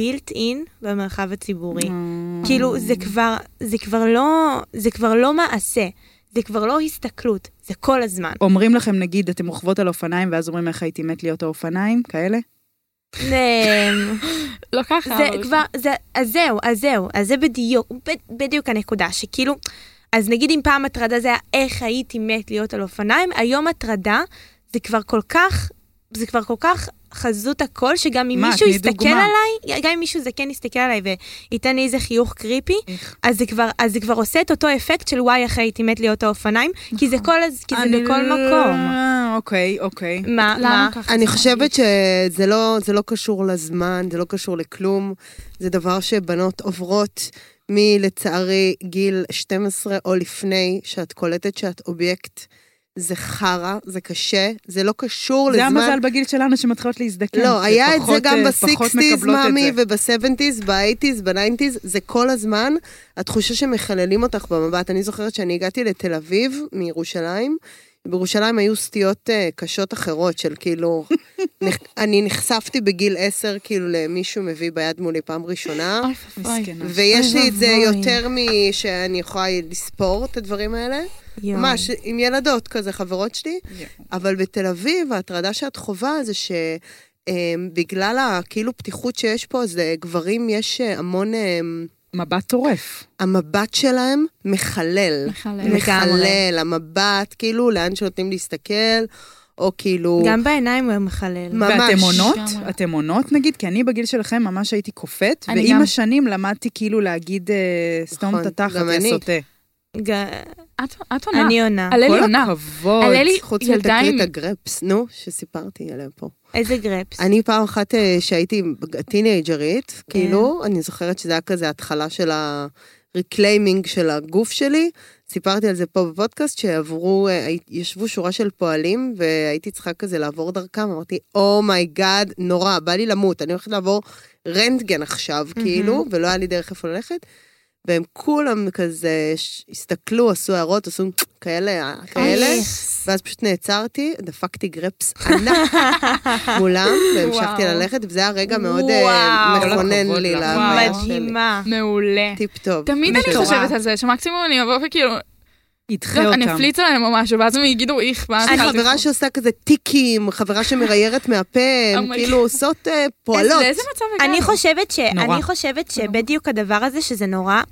built in במרחב הציבורי.
Mm.
כאילו, זה כבר, זה כבר לא, זה כבר לא מעשה, זה כבר לא הסתכלות, זה כל הזמן.
אומרים לכם, נגיד, אתם רוכבות על אופניים, ואז אומרים איך הייתי מת להיות האופניים, כאלה?
אמ,
לא ככה.
זה
אבל-
כבר, זה, אז זהו, אז זהו, אז זה בדיוק, ב- בדיוק הנקודה, שכאילו, אז נגיד אם פעם הטרדה זה היה איך הייתי מת להיות על אופניים, היום הטרדה זה כבר כל כך, זה כבר כל כך חזות הכל, שגם אם
מה,
מישהו
תני
יסתכל
דוגמה.
עליי, גם אם מישהו זקן יסתכל עליי וייתן לי איזה חיוך קריפי, אז זה כבר, אז זה כבר עושה את אותו אפקט של וואי, איך הייתי מת להיות האופניים, כי זה כל, הז- כי זה
נכון. אני
בכל
לא-
מקום.
אוקיי, אוקיי.
מה,
למה
מה?
ככה?
אני
זה
חושבת
מרגיש?
שזה לא, זה לא קשור לזמן, זה לא קשור לכלום. זה דבר שבנות עוברות מלצערי גיל 12 או לפני, שאת קולטת שאת אובייקט. זה חרא, זה קשה, זה לא קשור
זה
לזמן.
המזל בגיל שלנו שמתחילות להזדקן.
לא, היה את זה
שפחות,
גם
אה, כן, פחות
בסיקסטיז,
מקבלות את
מאמי,
זה.
ובסבנטיז, באייטיז, בניינטיז, זה כל הזמן התחושה שמחללים אותך במבט. אני זוכרת שאני הגעתי לתל אביב מירושלים, בירושלים היו סטיות אה, קשות אחרות של כאילו, נח- אני נחשפתי בגיל עשר כאילו למישהו מביא ביד מולי פעם ראשונה.
אוי ואבוי.
כן.
מסכנה.
ויש לי את זה
אוי ואבוי.
יותר משאני יכולה לספור את הדברים האלה.
יואו.
ממש, עם ילדות כזה, חברות שלי. אבל בתל אביב, ההטרדה שאת חווה זה ש... אמ, בגלל הכאילו פתיחות שיש פה, אז לגברים יש אה, המון, אמ,
מבט טורף.
המבט שלהם מחלל.
מחלל.
מחלל, המבט, כאילו, לאן שנותנים להסתכל, או כאילו...
גם בעיניים הוא מחלל.
ממש.
ואתם עונות?
לגמרי.
אתם עונות נגיד? כי אני בגיל שלכם ממש הייתי קופאת,
אני
ועם
גם.
השנים למדתי כאילו להגיד אה, סתום את
נכון,
התחת,
גם
זה
אני.
סוטה.
ג-
את- את עונה.
אני עונה.
הללי
כל
עונה.
אה,
הכבוד.
הללי
חוץ
ילדה עם...
מתקרית הגרפס, נו, שסיפרתי עליהם פה.
איזה גרפס.
אני פעם אחת אה, שהייתי טינג'רית, כאילו, אני זוכרת שזה היה כזה התחלה של הריקליימינג של הגוף שלי. סיפרתי על זה פה בפודקאסט, שעברו, אה, הי- ישבו שורה של פועלים, והייתי צריכה כזה לעבור דרכם, אמרתי, אומייגאד, נורא, בא לי למות, אני הולכת לעבור רנטגן עכשיו, כאילו, ולא היה לי דרך איפה ללכת. והם כולם כזה ש- הסתכלו, עשו הערות, עשו אה, כאלה, כאלה. ואז פשוט נעצרתי, דפקתי גרפס ענק מולם, והמשכתי
וואו.
ללכת, וזה היה רגע מאוד אה,
וואו. כל
מכונן
הכבוד
לי
לך.
להוויה שלי.
מדהימה.
מעולה.
טיפ טוב.
תמיד אני
מטורף.
חושבת על זה, שמקסימום אני אבוא וכאילו,
ידחה
לא,
אותם.
אני אפליץ עליהם או משהו, ואז הם יגידו איך, ואז...
יש לי חברה שעושה כזה טיקים, חברה שמריירת מהפה, הם
אומייגאד.
כאילו עושות אה,
אז
פועלות.
לאיזה מצב הגענו?
אני חושבת ש...
נורא.
אני חושבת שבדיוק הדבר הזה, שזה נורא,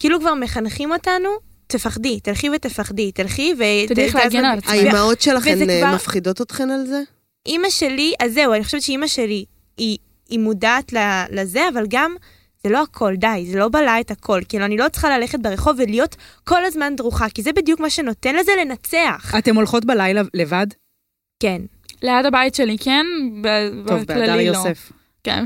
כאילו כבר מחנכים אותנו, תפחדי, תלכי ותפחדי, תלכי ו...
תדעי איך
ואז-
להגן על עצמך.
האימהות שלכן
וזה
אה,
כבר-
מפחידות אתכן על זה?
אימא שלי, אז זהו, אני חושבת שאימא שלי, היא, היא מודעת ל- לזה, אבל גם... זה לא הכל, די, זה לא בלע את הכל. כאילו, אני לא צריכה ללכת ברחוב
אה.
ולהיות כל הזמן דרוכה, כי זה בדיוק מה שנותן לזה לנצח.
אתם הולכות בלילה לבד?
כן.
ליד הבית שלי כן, ב-
טוב,
בכללי
בהדר
לא.
יוסף.
כן,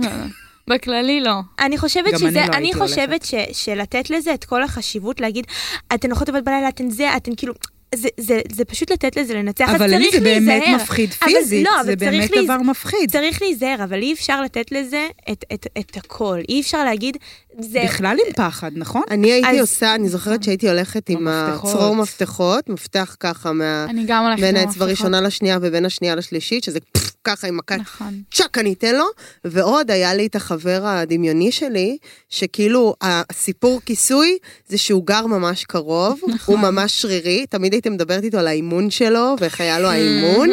בכללי לא.
אני חושבת
גם
שזה,
אני לא
אני,
הייתי
חושבת ש, שלתת לזה את כל החשיבות, להגיד, אתן הולכות לבד בלילה, אתן זה, אתן כאילו, זה, זה, זה פשוט לתת לזה לנצח, אז
אבל אם
צריך
זה באמת
להיזהר.
מפחיד
אבל-
פיזית,
לא, אבל
זה
צריך
באמת
להיז-
דבר מפחיד.
צריך להיזהר, אבל אי אפשר לתת לזה את, את, את הכל. אי אפשר להגיד, זה...
בכלל עם פחד, נכון?
אני הייתי
אז-
עושה, אני זוכרת שהייתי הולכת עם
המפתחות.
הצרור מפתחות, מפתח ככה מה...
אני גם הולכת
בין
עם
האצבע
המפתחות.
הראשונה לשנייה ובין השנייה לשלישית, שזה פפפ, ככה עם מכת
נכון.
צ'אק אני אתן לו. ועוד היה לי את החבר הדמיוני שלי, שכאילו הסיפור כיסוי זה שהוא גר ממש קרוב,
נכון.
הוא ממש שרירי, תמיד הייתי מדברת איתו על האימון שלו ואיך היה לו האימון,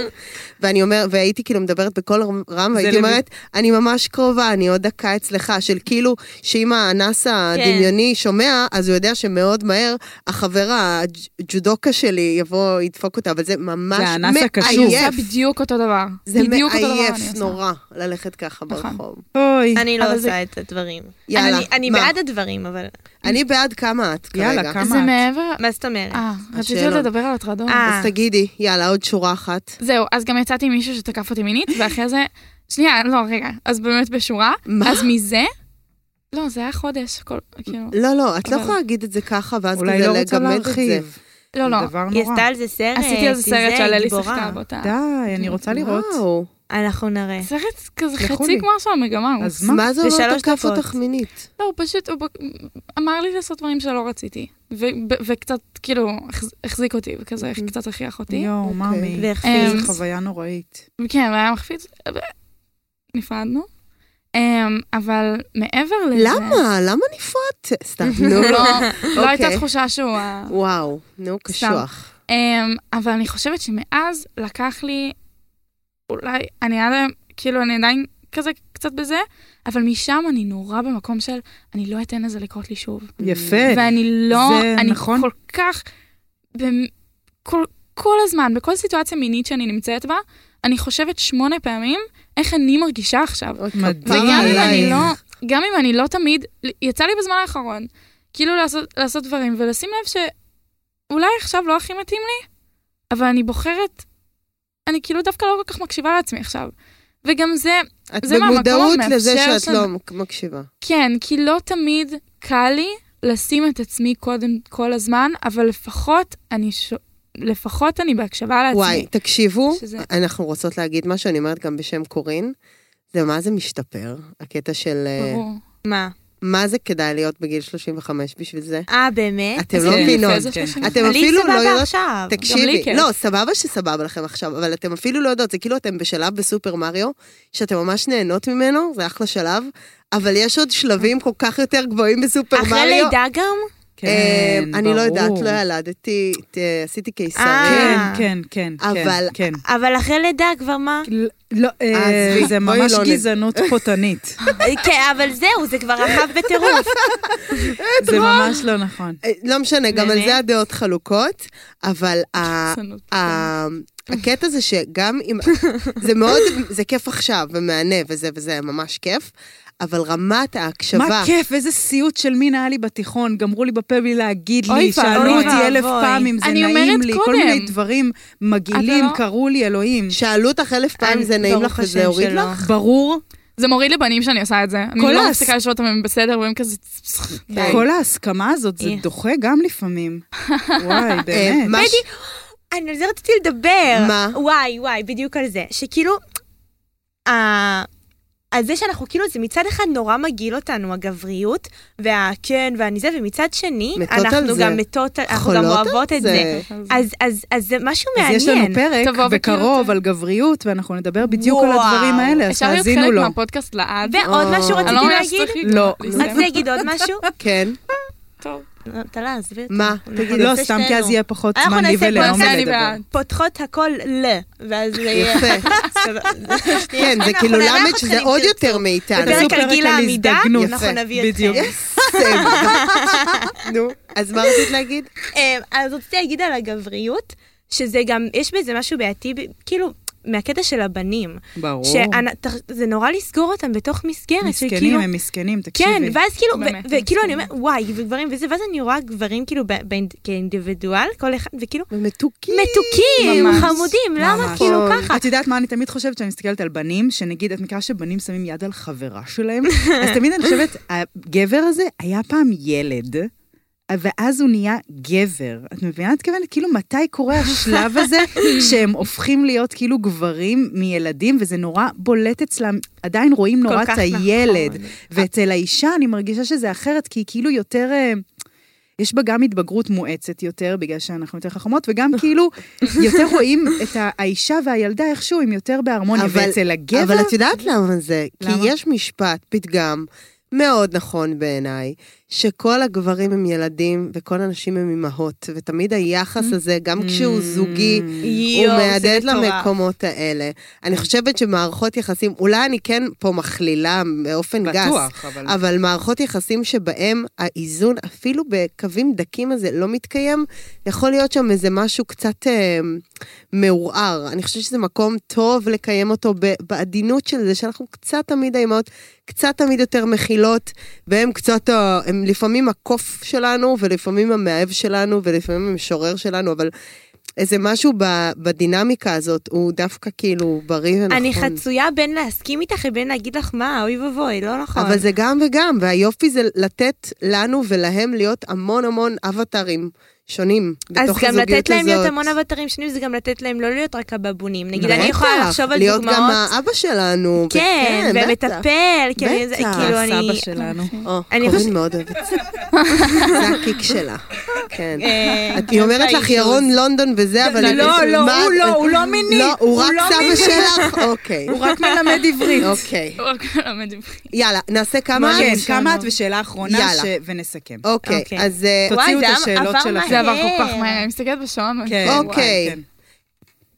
ואני אומר, והייתי כאילו מדברת בקול רם, והייתי
לוי.
אומרת, אני ממש קרובה, אני עוד דקה אצלך, של כאילו, שאם
כן.
האנס הדמיוני שומע, אז הוא יודע שמאוד מהר החבר הג'ודוקה שלי יבוא, ידפוק אותה, אבל זה ממש
זה האנס הקשוב.
זה
מעייף.
בדיוק אותו דבר.
זה
בדיוק אותו דבר
מעייף
אני עושה.
נורא ללכת ככה
נכון.
ברחוב.
אוי,
אני לא
אבל
עושה
זה-
את הדברים.
יאללה,
אני, אני
מה?
בעד הדברים, אבל...
אני בעד כמה את כרגע.
יאללה, כמה
זה
את?
מעבר...
מה זאת אומרת?
אה, רציתי
השאלון.
עוד לדבר על הטרדות.
אה.
אז תגידי, יאללה, עוד שורה אחת.
זהו, אז גם יצאתי עם מישהו שתקף אותי מינית, ואחרי זה... שנייה, לא, רגע. אז באמת בשורה.
מה?
אז מזה... לא, זה היה חודש, הכל, כאילו...
לא, לא, את לא
אבל-
יכולה להגיד את זה ככה, ואז
אולי
כזה
לא רוצה
לגמד את זה.
להרחיב.
לא, לא.
זה דבר
היא
נורא.
עשתה על זה סרט,
עשיתי איזה
היא
סרט
זה,
שעל אלי
גיבורה.
שיחקה באותה.
די, אני
אה.
רוצה לראות.
וואו.
אנחנו נראה.
סרט כזה
תסלחו
חצי
לי.
כמו של המגמה. הוא-
אז
אז
מה?
מה זה
זה
לא
שלוש
תקף
דקות.
אותך מינית?
לא, הוא פשוט, הוא בק- אמר לי לעשות דברים שלא רציתי. ו- ב- וקצת, כאילו, החז- החזיק אותי, וכזה קצת הכריח אותי.
יואו,
אוקיי. אה,
מאמי.
והחפיץ.
איזו חוויה נוראית.
כן, והיה מחפיץ. ו- נפרדנו. אמ, אבל מעבר לזה...
למה? למה נפרדת? סתם, נו.
לא, לא הייתה
אוקיי.
תחושה שהוא... ה-
וואו, נו, קשוח.
אמ, אבל אני חושבת שמאז לקח לי, אולי, אני עד היום, כאילו, אני עדיין כזה קצת בזה, אבל משם אני נורא במקום של, אני לא אתן לזה לקרות לי שוב.
יפה.
אה,
ואני לא,
כן, זה
אני
נכון.
כל כך, במ- כל, כל הזמן, בכל סיטואציה מינית שאני נמצאת בה, אני חושבת שמונה פעמים איך אני מרגישה עכשיו.
אוי,
מדהים.
כפרה
וגם אם אני
עלייך.
לא, גם אם אני לא תמיד, יצא לי בזמן האחרון, כאילו לעשות, לעשות דברים ולשים לב שאולי עכשיו לא הכי מתאים לי, אבל אני בוחרת, אני כאילו דווקא לא כל כך מקשיבה לעצמי עכשיו. וגם זה,
את
זה מהמקום
במודעות לזה
המאפשר
שאת לא
שלנו.
מקשיבה.
כן, כי לא תמיד קל לי לשים את עצמי קודם כל הזמן, אבל לפחות אני, ש... לפחות אני בהקשבה לעצמי.
וואי, תקשיבו,
שזה-
אנחנו רוצות להגיד משהו, אני אומרת גם בשם קורין. זה מה זה משתפר, הקטע של אה,
ברור.
מה?
מה זה כדאי להיות בגיל 35 בשביל זה.
אה, באמת?
אתם
זה
לא
יפה,
מבינות.
זה
כן.
35.
אתם
לי
אפילו לא
סבבה
יודעות...
עכשיו.
גם לי
תקשיבי,
כיף.
לא, סבבה שסבבה לכם עכשיו, אבל אתם אפילו לא יודעות, זה כאילו אתם בשלב בסופר מריו, שאתם ממש נהנות ממנו, זה אחלה שלב, אבל יש עוד שלבים כל כך יותר גבוהים בסופר
אחרי
מריו.
לידה גם?
אה,
כן,
אני לא יודעת,
ברור.
לא ילדתי, ת- עשיתי קיסרי.
אה.
כן, כן, כן, כן,
אבל-
כן.
אבל אחרי לידה כבר מה?
לא, אה,
עזבי,
זה
בואי
ממש
לא נ-
גזענות פותנית.
כן, אבל זהו, זה כבר רחב בטירוף.
זה ממש לא נכון.
אה, לא משנה, גם על
באמת?
זה הדעות חלוקות, אבל ה-
שנות.
ה- אמ, הקטע זה שגם אם... זה מאוד, זה כיף עכשיו, ומהנה, וזה, וזה ממש כיף, אבל רמת ההקשבה...
מה כיף, איזה סיוט של מין היה לי בתיכון, גמרו לי בפה בלי להגיד
אוי
לי, שאלו
ואבוי.
אותי אלף
ואבוי.
פעם אם זה
אני
נעים
אומרת
לי, כל
קודם.
מיני דברים מגעילים
לא-
קראו לי אלוהים.
שאלו אותך אלף פעם,
אני-
זה נעים
ברוך
לך וזה
השם
הוריד
שלא.
לך?
ברור,
זה מוריד לבנים שאני עושה את זה. אני
כל
לא
הס-
מפסיקה לשאול אותם אם הם בסדר, והם כזה...
כן.
כל ההסכמה הזאת, זה
איך.
דוחה גם לפעמים. וואי,
אה,
באמת.
מה ש-
אני על זה רציתי לדבר.
מה?
וואי, וואי, בדיוק על זה. שכאילו, ה- אז זה שאנחנו כאילו, זה מצד אחד נורא מגעיל אותנו, הגבריות, והכן, ואני זה, ומצד שני,
מתות על
אנחנו
זה.
גם מתות, אנחנו גם
חולות על
אוהבות את זה.
אז...
אז- אז אז זה משהו
אז
מעניין.
יש לנו פרק
תבוא וכאילו
בקרוב
אתה-
על גבריות, ואנחנו נדבר בדיוק על
וואו.
הדברים האלה, אז
אפשר להיות
תאזינו
חלק
לו.
מהפודקאסט לעד.
ועוד
אה,
משהו
אני לא
רציתי
אומרת
להגיד?
שצריך
לא.
להתגאות
רציתי
בזה.
להגיד עוד משהו?
כן.
טוב.
תלה, עזבי אותי.
מה?
תגידי,
לא, סתם כי אז יהיה פחות
אנחנו
זמן לי
נעשה
ולעומר
נעשה, אני
לדבר.
בעד.
פותחות הכל ל, ואז זה יהיה...
יפה. כן, זה
אנחנו
כאילו
נארח
למד
אתכם
שזה
אם
עוד
תרצו.
יותר מאיתנו.
תעשו
בפרק על גיל העמידה,
הזדגנות.
אנחנו
יפה,
נכון, נביא אתכם.
בדיוק.
נו, אז מה רצית להגיד?
אה, אז רציתי להגיד על הגבריות, שזה גם, יש בזה משהו בעייתי, ב- כאילו, מהקטע של הבנים.
ברור.
שזה נורא לסגור אותם בתוך מסגרת.
מסכנים,
וכאילו-
הם מסכנים, תקשיבי.
כן, ואז כאילו,
באמת,
ו- וכאילו אני
מסכנים.
אומרת, וואי, וגברים וזה, ואז אני רואה גברים כאילו ב- באינד- כאינדיבידואל, כל אחד, וכאילו,
ומתוקים.
מתוקים,
ממש.
חמודים, למה
ממש.
כאילו
נכון.
ככה?
את יודעת מה אני תמיד חושבת כשאני מסתכלת על בנים, שנגיד, את מכירה שבנים שמים יד על חברה שלהם? אז תמיד אני חושבת, הגבר הזה היה פעם ילד, ואז הוא נהיה גבר. את מבינה? את מתכוונת, כאילו, מתי קורה השלב הזה שהם הופכים להיות כאילו גברים מילדים, וזה נורא בולט אצלם, עדיין רואים נורא
כל
את
כך נכון.
הילד. ואצל האישה אני מרגישה שזה אחרת, כי היא כאילו יותר... אה, יש בה גם התבגרות מואצת יותר, בגלל שאנחנו יותר חכמות, וגם כאילו יותר רואים את ה- האישה והילדה איכשהו, הם יותר בהרמוניה,
אבל-
ואצל הגבר...
אבל את יודעת למה זה? כי
למה?
יש משפט, פתגם, מאוד נכון בעיניי, שכל הגברים הם ילדים וכל הנשים הם אימהות, ותמיד היחס הזה, גם כשהוא זוגי,
Mm.
הוא
יואו, זה
מהדהד
מטורף.
למקומות האלה. אני חושבת שמערכות יחסים, אולי אני כן פה מכלילה באופן גס,
בטוח, אבל...
אבל מערכות יחסים שבהם האיזון, אפילו בקווים דקים הזה, לא מתקיים, יכול להיות שם איזה משהו קצת אה, מעורער. אני חושבת שזה מקום טוב לקיים אותו ב- בעדינות של זה, שאנחנו קצת תמיד האימהות, קצת תמיד יותר מכילות, והם קצת, ה- הם לפעמים הקוף שלנו, ולפעמים המאהב שלנו, ולפעמים המשורר שלנו, אבל... איזה משהו ב- בדינמיקה הזאת הוא דווקא כאילו בריא ונכון.
אני חצויה בין להסכים איתך לבין להגיד לך מה, אוי ואבוי, לא נכון.
אבל זה גם וגם, והיופי זה לתת לנו ולהם להיות המון המון אבטארים שונים
אז
בתוך הזוגיות הזאת.
גם לתת להם להיות המון אבטרים שונים, זה גם לתת להם לא להיות רק הבבונים. נגיד, אני
בטח,
יכולה לחשוב על
להיות גם
דוגמאות.
האבא שלנו.
כן,
בטח.
ומטפל, כאילו, זה-
בטח,
כאילו אני...
הסבא שלנו.
או,
אני חושבת-
קורין מאוד אוהבת. זה הקיק שלה. כן.
אה,
היא אומרת לך ירון לונדון וזה, אבל... את-
לא, לא,
מה-
הוא לא, הוא לא מיני.
לא, הוא רק
לא
סבא
מיני.
שלך? אוקיי.
הוא רק מלמד עברית.
אוקיי.
הוא רק מלמד עברית.
יאללה, נעשה כמה?
כן, כמה את ושאלה אחרונה,
יאללה.
ש- ונסכם.
אוקיי,
אוקיי.
אז... אה,
תוציאו
וואי,
את
זה היה-
השאלות
עבר
שלכם.
מהר.
זה עבר כל כך מהר, אני מסתכלת בשעון. ואני- כאילו,
כן,
וואי,
אוקיי.
כן.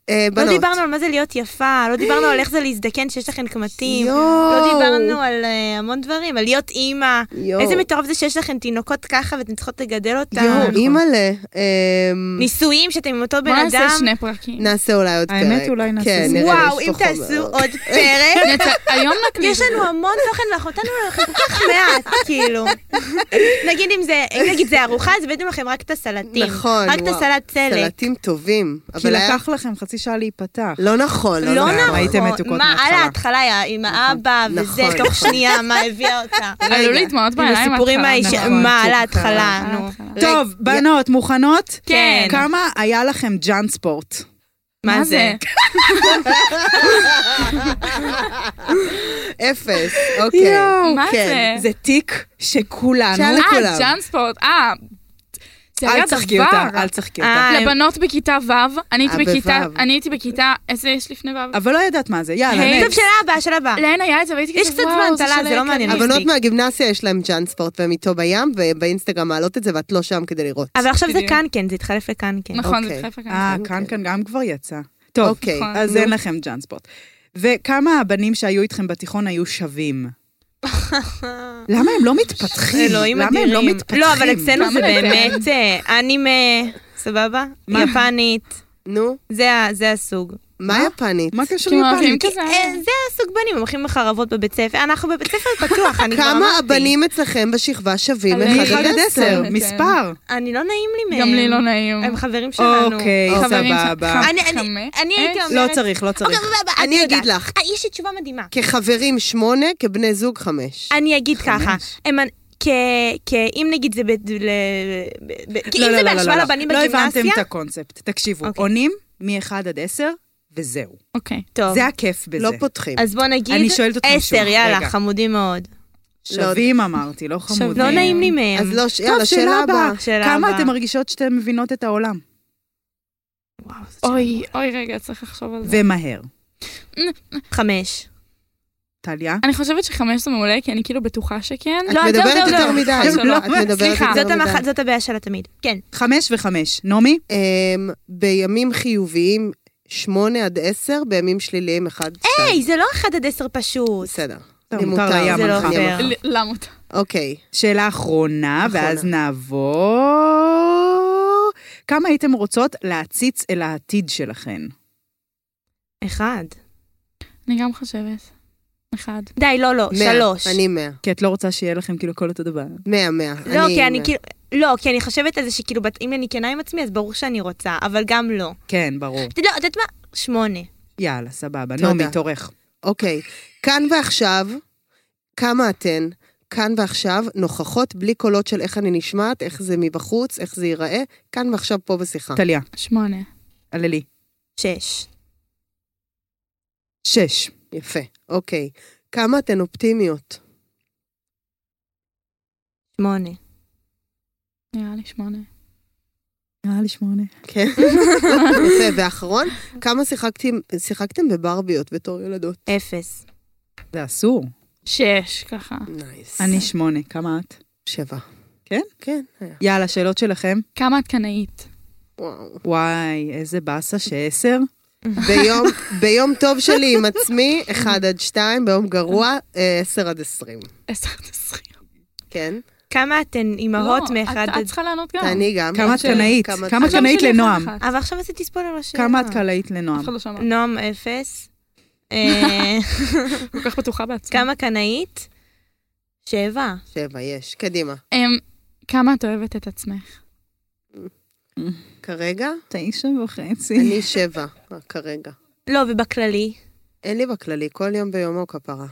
אה,
לא
בנות.
דיברנו על מה זה להיות יפה, לא דיברנו על איך זה להזדקן שיש לכם קמטים.
יואו.
לא דיברנו על אה, המון דברים, על להיות אימא.
יואו.
איזה מטורף זה שיש לכם תינוקות ככה ואתן צריכות לגדל אותם.
יואו, אימא'לה. אמ,
נישואים שאתם עם אותו בן
בוא נעשה
אדם.
שני פרקים.
נעשה אולי עוד פרק.
האמת, אולי נעשה
כן,
זה.
נראה לי
וואו,
יש
אם
פה
תעשו
חומר.
עוד פרק.
נצא- היום נקליט.
יש לנו המון תוכן ואנחנו נתנו לכם כל כך מעט, כאילו. נגיד אם זה, אם נגיד זה ארוחה, אז הבאתם לכם רק את הסלטים.
נכון,
רק את
וואו.
הסלט סלט.
סלטים טובים.
כי
אבל היה...
לקח לכם חצי שעה להיפתח.
לא נכון, לא
לא
נכון.
נכון.
הייתם מתוקות
מה, על
מההתחלה.
ההתחלה היה עם האבא וזה,
נכון,
תוך
נכון.
שנייה, מה הביאה אותה.
עלו לי דמעות
עם
בעיניים.
הסיפורים
מההתחלה.
האיש-
נכון,
מה, על
טוב,
ההתחלה,
קרה.
נו.
טוב, בנות, מוכנות?
כן.
כמה היה לכם ג'אנספורט?
מה זה?
אפס, אוקיי.
מה
כן.
זה?
זה תיק שכולנו...
שאלה- לכולם.
אה, ג'אנספורט, אה. זה
אל
היה
תשחקי
דבר.
אותה, אל תשחקי אותה.
אה,
לבנות בכיתה ו', אני הייתי
אה,
בכיתה,
בו'.
אני הייתי בכיתה, איזה יש לפני ו'?
אבל לא ידעת מה זה, יאללה,
היי.
טוב,
נקסט.
שאלה הבאה, שאלה הבאה.
לאן היה את זה? והייתי
יש
כזה,
קצת
וואו,
זמן, טלה,
של
זה לא מעניין.
היקרים.
הבנות
מספיק.
מהגימנסיה יש להם ג'אן ספורט והם איתו בים, ובאינסטגרם מעלות את זה ואת לא שם כדי לראות.
אבל עכשיו זה
בדיוק.
כאן כן, זה התחלף לכאן כן.
נכון, זה
אוקיי.
התחלף לכאן.
אה, כאן כאן גם כבר יצא. טוב,
אוקיי.
נכון.
אז
נו.
אין לכם ג'אנספורט. וכמה הבנים שהיו איתכם בתיכון היו שווים? למה הם לא מתפתחים?
אלוהים
למה
אדירים.
הם לא מתפתחים?
לא, אבל אצלנו זה
למה אתם?
באמת אה, אנימה, סבבה?
מה?
יפנית.
נו,
זה ה- זה הסוג.
מה יפנית?
מה קשור
כאילו, אוהבים
יפנים?
כזה.
אה, זה הסוג בנים, הם הולכים בחרבות בבית ספר. אנחנו בבית ספר פתוח, אני כבר אמרתי.
כמה הבנים אצלכם בשכבה שווים
אני-
אחד עד עשר?
כן.
מספר.
אני לא נעים לי מהם.
גם לי לא נעים.
הם חברים שלנו.
אוקיי,
חברים ש-
סבבה.
חם-
אני- אני-
חמש?
אני הייתי
אה,
אומרת...
לא צריך, לא צריך.
אוקיי, סבבה,
אני
יודעת.
אגיד לך.
אה, יש לי תשובה מדהימה.
כחברים שמונה, כבני זוג חמש.
אני אגיד
לא,
ככה. הם- כ- כ- אם נגיד זה ב... ל- ב- כי
לא,
אם
לא,
זה
לא,
בהשוואה
לא, לא.
לבנים
לא הבנתם
בגימנסיה...
את הקונספט. תקשיבו,
אוקיי.
עונים מ-1 עד 10, וזהו.
אוקיי.
טוב,
זה הכיף בזה.
לא פותחים.
אז בוא נגיד...
אני שואלת אתכם שוב,
עשר,
רגע.
יאללה, חמודים מאוד.
שווים אמרתי, לא חמודים.
לא נעים לי מהם.
אז לא, ש-
טוב,
יאללה, שאלה הבאה.
שאלה
כמה
הבאה.
אתם מרגישות שאתן מבינות את העולם?
וואו, זאת שאלה.
אוי, אוי, רגע, צריך לחשוב על זה.
ומהר.
חמש.
אה, טליה?
אני חושבת שחמש זה מעולה, כי אני כאילו בטוחה שכן.
את
לא, זהו,
מדברת
זהו,
יותר
זהו.
מדי.
לא,
את מדברת
סליחה.
יותר
זאת
מדי.
המח- זאת הבעיה שלה תמיד. כן.
חמש וחמש. נעמי?
אמ, בימים חיוביים, שמונה עד עשר, בימים שליליים, אחד, שתיים.
היי, זה לא אחד עד עשר פשוט.
בסדר.
טוב,
לי
מותר לים,
זה לא
מנחה.
פייר.
ל- למה אותה?
אוקיי.
שאלה אחרונה,
אחרונה.
ואז נעבור... כמה הייתם רוצות להציץ אל העתיד שלכן?
אחד.
אני גם חושבת. אחד.
די, לא, לא,
מאה,
שלוש.
אני מאה.
כי את לא רוצה שיהיה לכם כאילו הכל אותו דבר.
מאה, מאה.
לא, כי אני
מאה.
כאילו... לא, כי אני חושבת על זה שכאילו, בת- אם אני כנה עם עצמי, אז ברור שאני רוצה, אבל גם לא.
כן, ברור.
את יודעת- את יודעת מה? שמונה.
יאללה, סבבה.
תודה.
נעמי, תורך.
אוקיי, כאן ועכשיו, כמה אתן, כאן ועכשיו, נוכחות בלי קולות של איך אני נשמעת, איך זה מבחוץ, איך זה ייראה, כאן ועכשיו פה בשיחה.
טליה,
שמונה.
הללי.
שש.
שש. יפה, אוקיי. כמה אתן אופטימיות?
שמונה.
נראה לי שמונה.
נראה לי שמונה.
כן. יפה, ואחרון, כמה שיחקתם, שיחקתם בברביות בתור ילדות?
אפס.
זה אסור.
שש, ככה.
נייס.
אני שמונה, כמה את?
שבע.
כן?
כן, היה.
יאללה, שאלות שלכם?
כמה את קנאית?
וואו.
וואי, איזה באסה שעשר.
ביום, ביום טוב שלי עם עצמי, 1 עד 2, ביום גרוע, 10 עד 20.
עשר עד עשרים.
כן?
כמה אתן אימהות
לא,
מאחד
את-
עד...
את צריכה לענות גם.
תעני גם.
כמה את
שאלה.
קנאית?
כמה את לא
כמה את
גם
קנאית
שלי אחד
לנועם?
אחד.
אבל עכשיו עשיתי ספוילר לשאלה.
כמה את קנאית
אף
לנועם?
אחד לא שמע.
נועם אפס. אה,
כל כך בטוחה בעצמי.
כמה קנאית? שבע.
שבע, יש. קדימה.
אמ, כמה את אוהבת את עצמך?
כרגע?
תשע וחצי.
אני שבע, אה, כרגע.
לא, ובכללי?
אין לי בכללי, כל יום ביומו כפרה.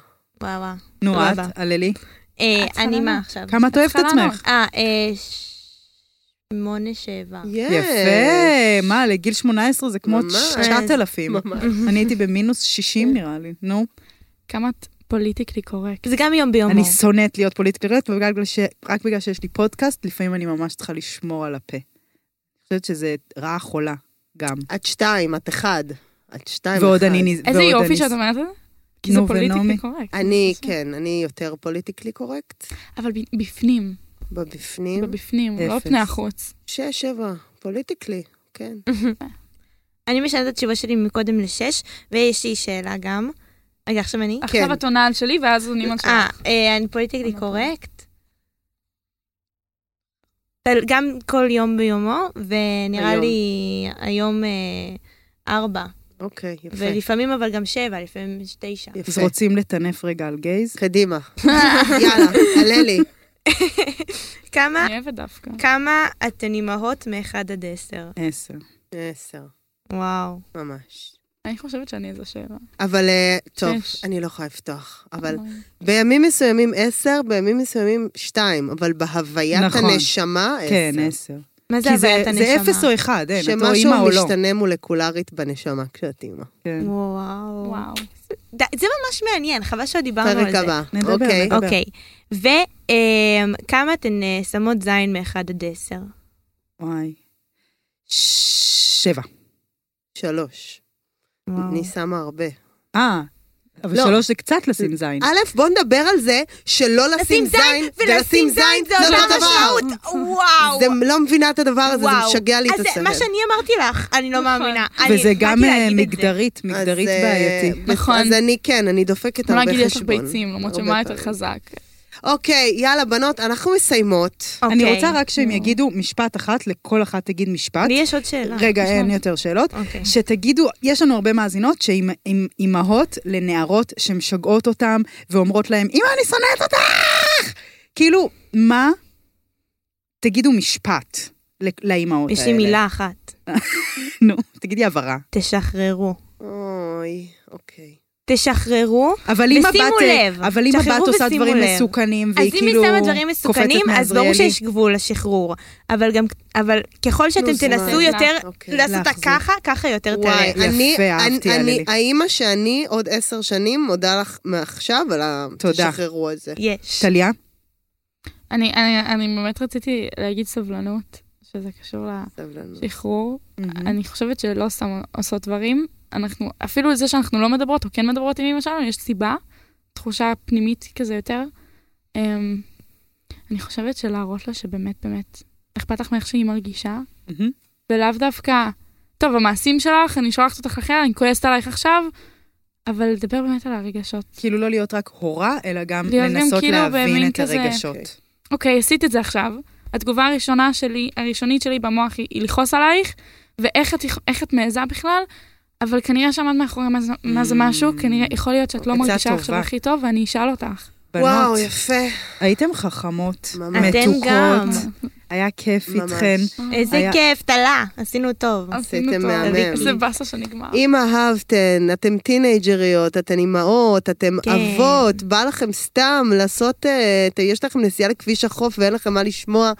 וואו וואו.
נו, את,
סבבה.
הללי.
אה,
צריכה
אני מה
לענות.
עכשיו?
כמה את אוהבת
צריכה
עצמך?
אה, אה, שמונה שבע.
יש.
יפה, מה, לגיל 18 זה כמו
כן. ממש.
9,000.
ממש. כן.
אני הייתי במינוס 60 נראה לי, נו.
כמה את פוליטיקלי קורקט?
זה גם יום
לא
ביומו.
אני שונאת להיות פוליטיקלי קורקט, אבל בגלל ש- רק בגלל שיש לי פודקאסט, לפעמים אני ממש צריכה לשמור על הפה. אני חושבת שזה רעה חולה, גם.
עד שתיים, את אחד. עד שתיים, אחד.
ועוד אני... נז-
איזה
ועוד
יופי
אני-
שאת אומרת את זה. כי זה
נו, ונעמי.
פוליטיקלי קורקט.
אני,
זה פשוט.
כן, אני יותר פוליטיקלי קורקט.
אבל ב- בפנים,
בבפנים.
בבפנים, לא
אפס.
פני החוץ.
שש, שבע, פוליטיקלי, כן.
אני משנה את התשובה שלי מקודם לשש, ויש לי שאלה גם. רגע, עכשיו אני?
עכשיו את עונה על שלי, ואז עונים על
אה,
שלך.
אה, אני פוליטיקלי
אוקיי.
קורקט. אבל גם כל יום ביומו, ונראה
היום.
לי היום אה, ארבע.
אוקיי, יפה.
ולפעמים אבל גם שבע, לפעמים יש תשע.
אז
יפה.
רוצים לטנף רגע על גייז?
קדימה. יאללה, עלה לי.
כמה,
אני אוהבת דווקא.
כמה אתן אימהות מאחד עד עשר?
עשר.
עשר,
וואו.
ממש.
אני חושבת שאני איזה שבע.
אבל אה, טוב,
שש.
אני לא יכולה לפתוח. אבל
נכון.
בימים מסוימים עשר, בימים מסוימים שתיים, אבל בהוויית
נכון.
הנשמה עשר.
כן, עשר.
מה זה
כי זה-
הוויית הנשמה?
זה אפס או אחד, אין, את או אימא
שמשהו
או לא.
משתנה מולקולרית בנשמה כשאת אימא.
כן.
וואו.
וואו.
די, זה ממש מעניין, חבל שלא דיברנו על זה.
פרק הבא.
נדבר,
אוקיי.
נדבר.
אוקיי. וכמה אתן אה, שמות זין מאחד עד עשר?
וואי. שבע.
שלוש.
וואו.
אני שמה הרבה.
אה, אבל
לא.
שלוש זה קצת לשים זין.
א', בוא נדבר על זה שלא לשים זין ולשים זין זה אותו דבר.
לא וואו.
זה לא מבינה את הדבר הזה, זה
וואו.
משגע לי את
אז זה
הסבל.
מה שאני אמרתי לך, אני לא
נכון.
מאמינה.
וזה
אני
גם
באתי
אה,
להגיד את זה.
מגדרית, מגדרית
אז, אה,
בעייתי.
נכון.
אז אני כן, אני דופקת
בוא
הרבה
נגיד יש לך
חשבון.
ביצים, למרות
הרבה
שמה יותר
פעמים.
חזק.
אוקיי, יאללה, בנות, אנחנו מסיימות.
אני
אוקיי.
רוצה רק שהם
נו.
יגידו משפט אחת, לכל אחת תגיד משפט.
לי יש עוד שאלה.
רגע,
משפט.
אין יותר שאלות.
אוקיי.
שתגידו, יש לנו הרבה מאזינות שהן עם- אימהות לנערות שמשגעות אותן ואומרות להן, אמא, אני שונאת אותך! כאילו, מה? תגידו משפט ל- לאימהות האלה.
יש לי מילה אחת.
נו, תגידי הבהרה.
תשחררו.
אוי, אוקיי.
תשחררו.
אבל אם הבת... אה,
ושימו לב,
אבל אם
תשחררו
הבת עושה
ושימו
דברים
לב.
מסוכנים,
אז
והיא
אם היא
כאילו
שמה דברים
קופצת
מסוכנים, אז ברור
מעזריאלי,
שיש גבול לשחרור. אבל גם, אבל ככל שאתם
נו, זה
תנסו
מה?
יותר
אוקיי.
לעשות אותה
להחזיר.
ככה, ככה יותר
וואי,
תלך.
יפה,
אני,
אהבתי,
אני, אני,
הללי.
האימא שאני עוד עשר שנים, מודה לך מעכשיו על ה...
תודה.
תשחררו את זה.
יש.
טליה?
אני- אני אני באמת רציתי להגיד סבלנות, שזה קשור
סבלנות.
לשחרור.
Mm-hmm.
אני חושבת שלא סתם עושות דברים. אנחנו, אפילו את זה שאנחנו לא מדברות או כן מדברות עם אמא שלנו, יש סיבה, תחושה פנימית כזה יותר. אמ, אני חושבת שלהראות לה שבאמת באמת אכפת לך מאיך שהיא מרגישה,
מהמם.
ולאו דווקא, טוב, המעשים שלך, אני שולחת אותך לחדר, אני כועסת עלייך עכשיו, אבל לדבר באמת על הרגשות.
כאילו לא להיות רק הורה, אלא גם
להיות גם
לנסות
כאילו
להבין
במין
את
כזה-
הרגשות.
אוקיי, עשית את זה עכשיו. התגובה הראשונה שלי, הראשונית שלי במוח היא, היא לכעוס עלייך, ואיך את, יכ- איך את מעיזה בכלל, אבל כנראה שעמד מאחורי מה זה- מה זה משהו, כנראה, יכול להיות שאת לא
עצה
מרגישה עכשיו
טובה.
הכי טוב, ואני אשאל אותך.
וואו,
בנות,
יפה.
הייתם חכמות,
ממש.
אתן גם.
מתוקות, היה כיף
ממש.
איתכן.
איזה
היה-
כיף, טלה, עשינו טוב.
עשינו
עשיתם
טוב.
מהמם.
איזה באסה שנגמר.
אם אהבתן, אתם טינג'ריות, אתן אימהות, אתם
כן.
אבות, בא לכם סתם לעשות, אה, ת- יש לכם נסיעה לכביש החוף ואין לכם מה לשמוע,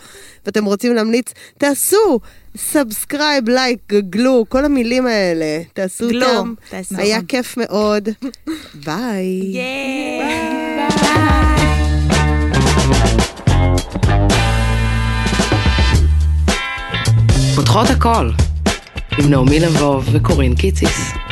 ואתם רוצים להמליץ, תעשו סאבסקרייב, לייק, גלו, כל המילים האלה, תעשו
גלו,
אותם.
תעשו.
היה כיף מאוד. ביי.
ייי.
פותחות הכל, עם נעמי לבוב וקורין קיציס.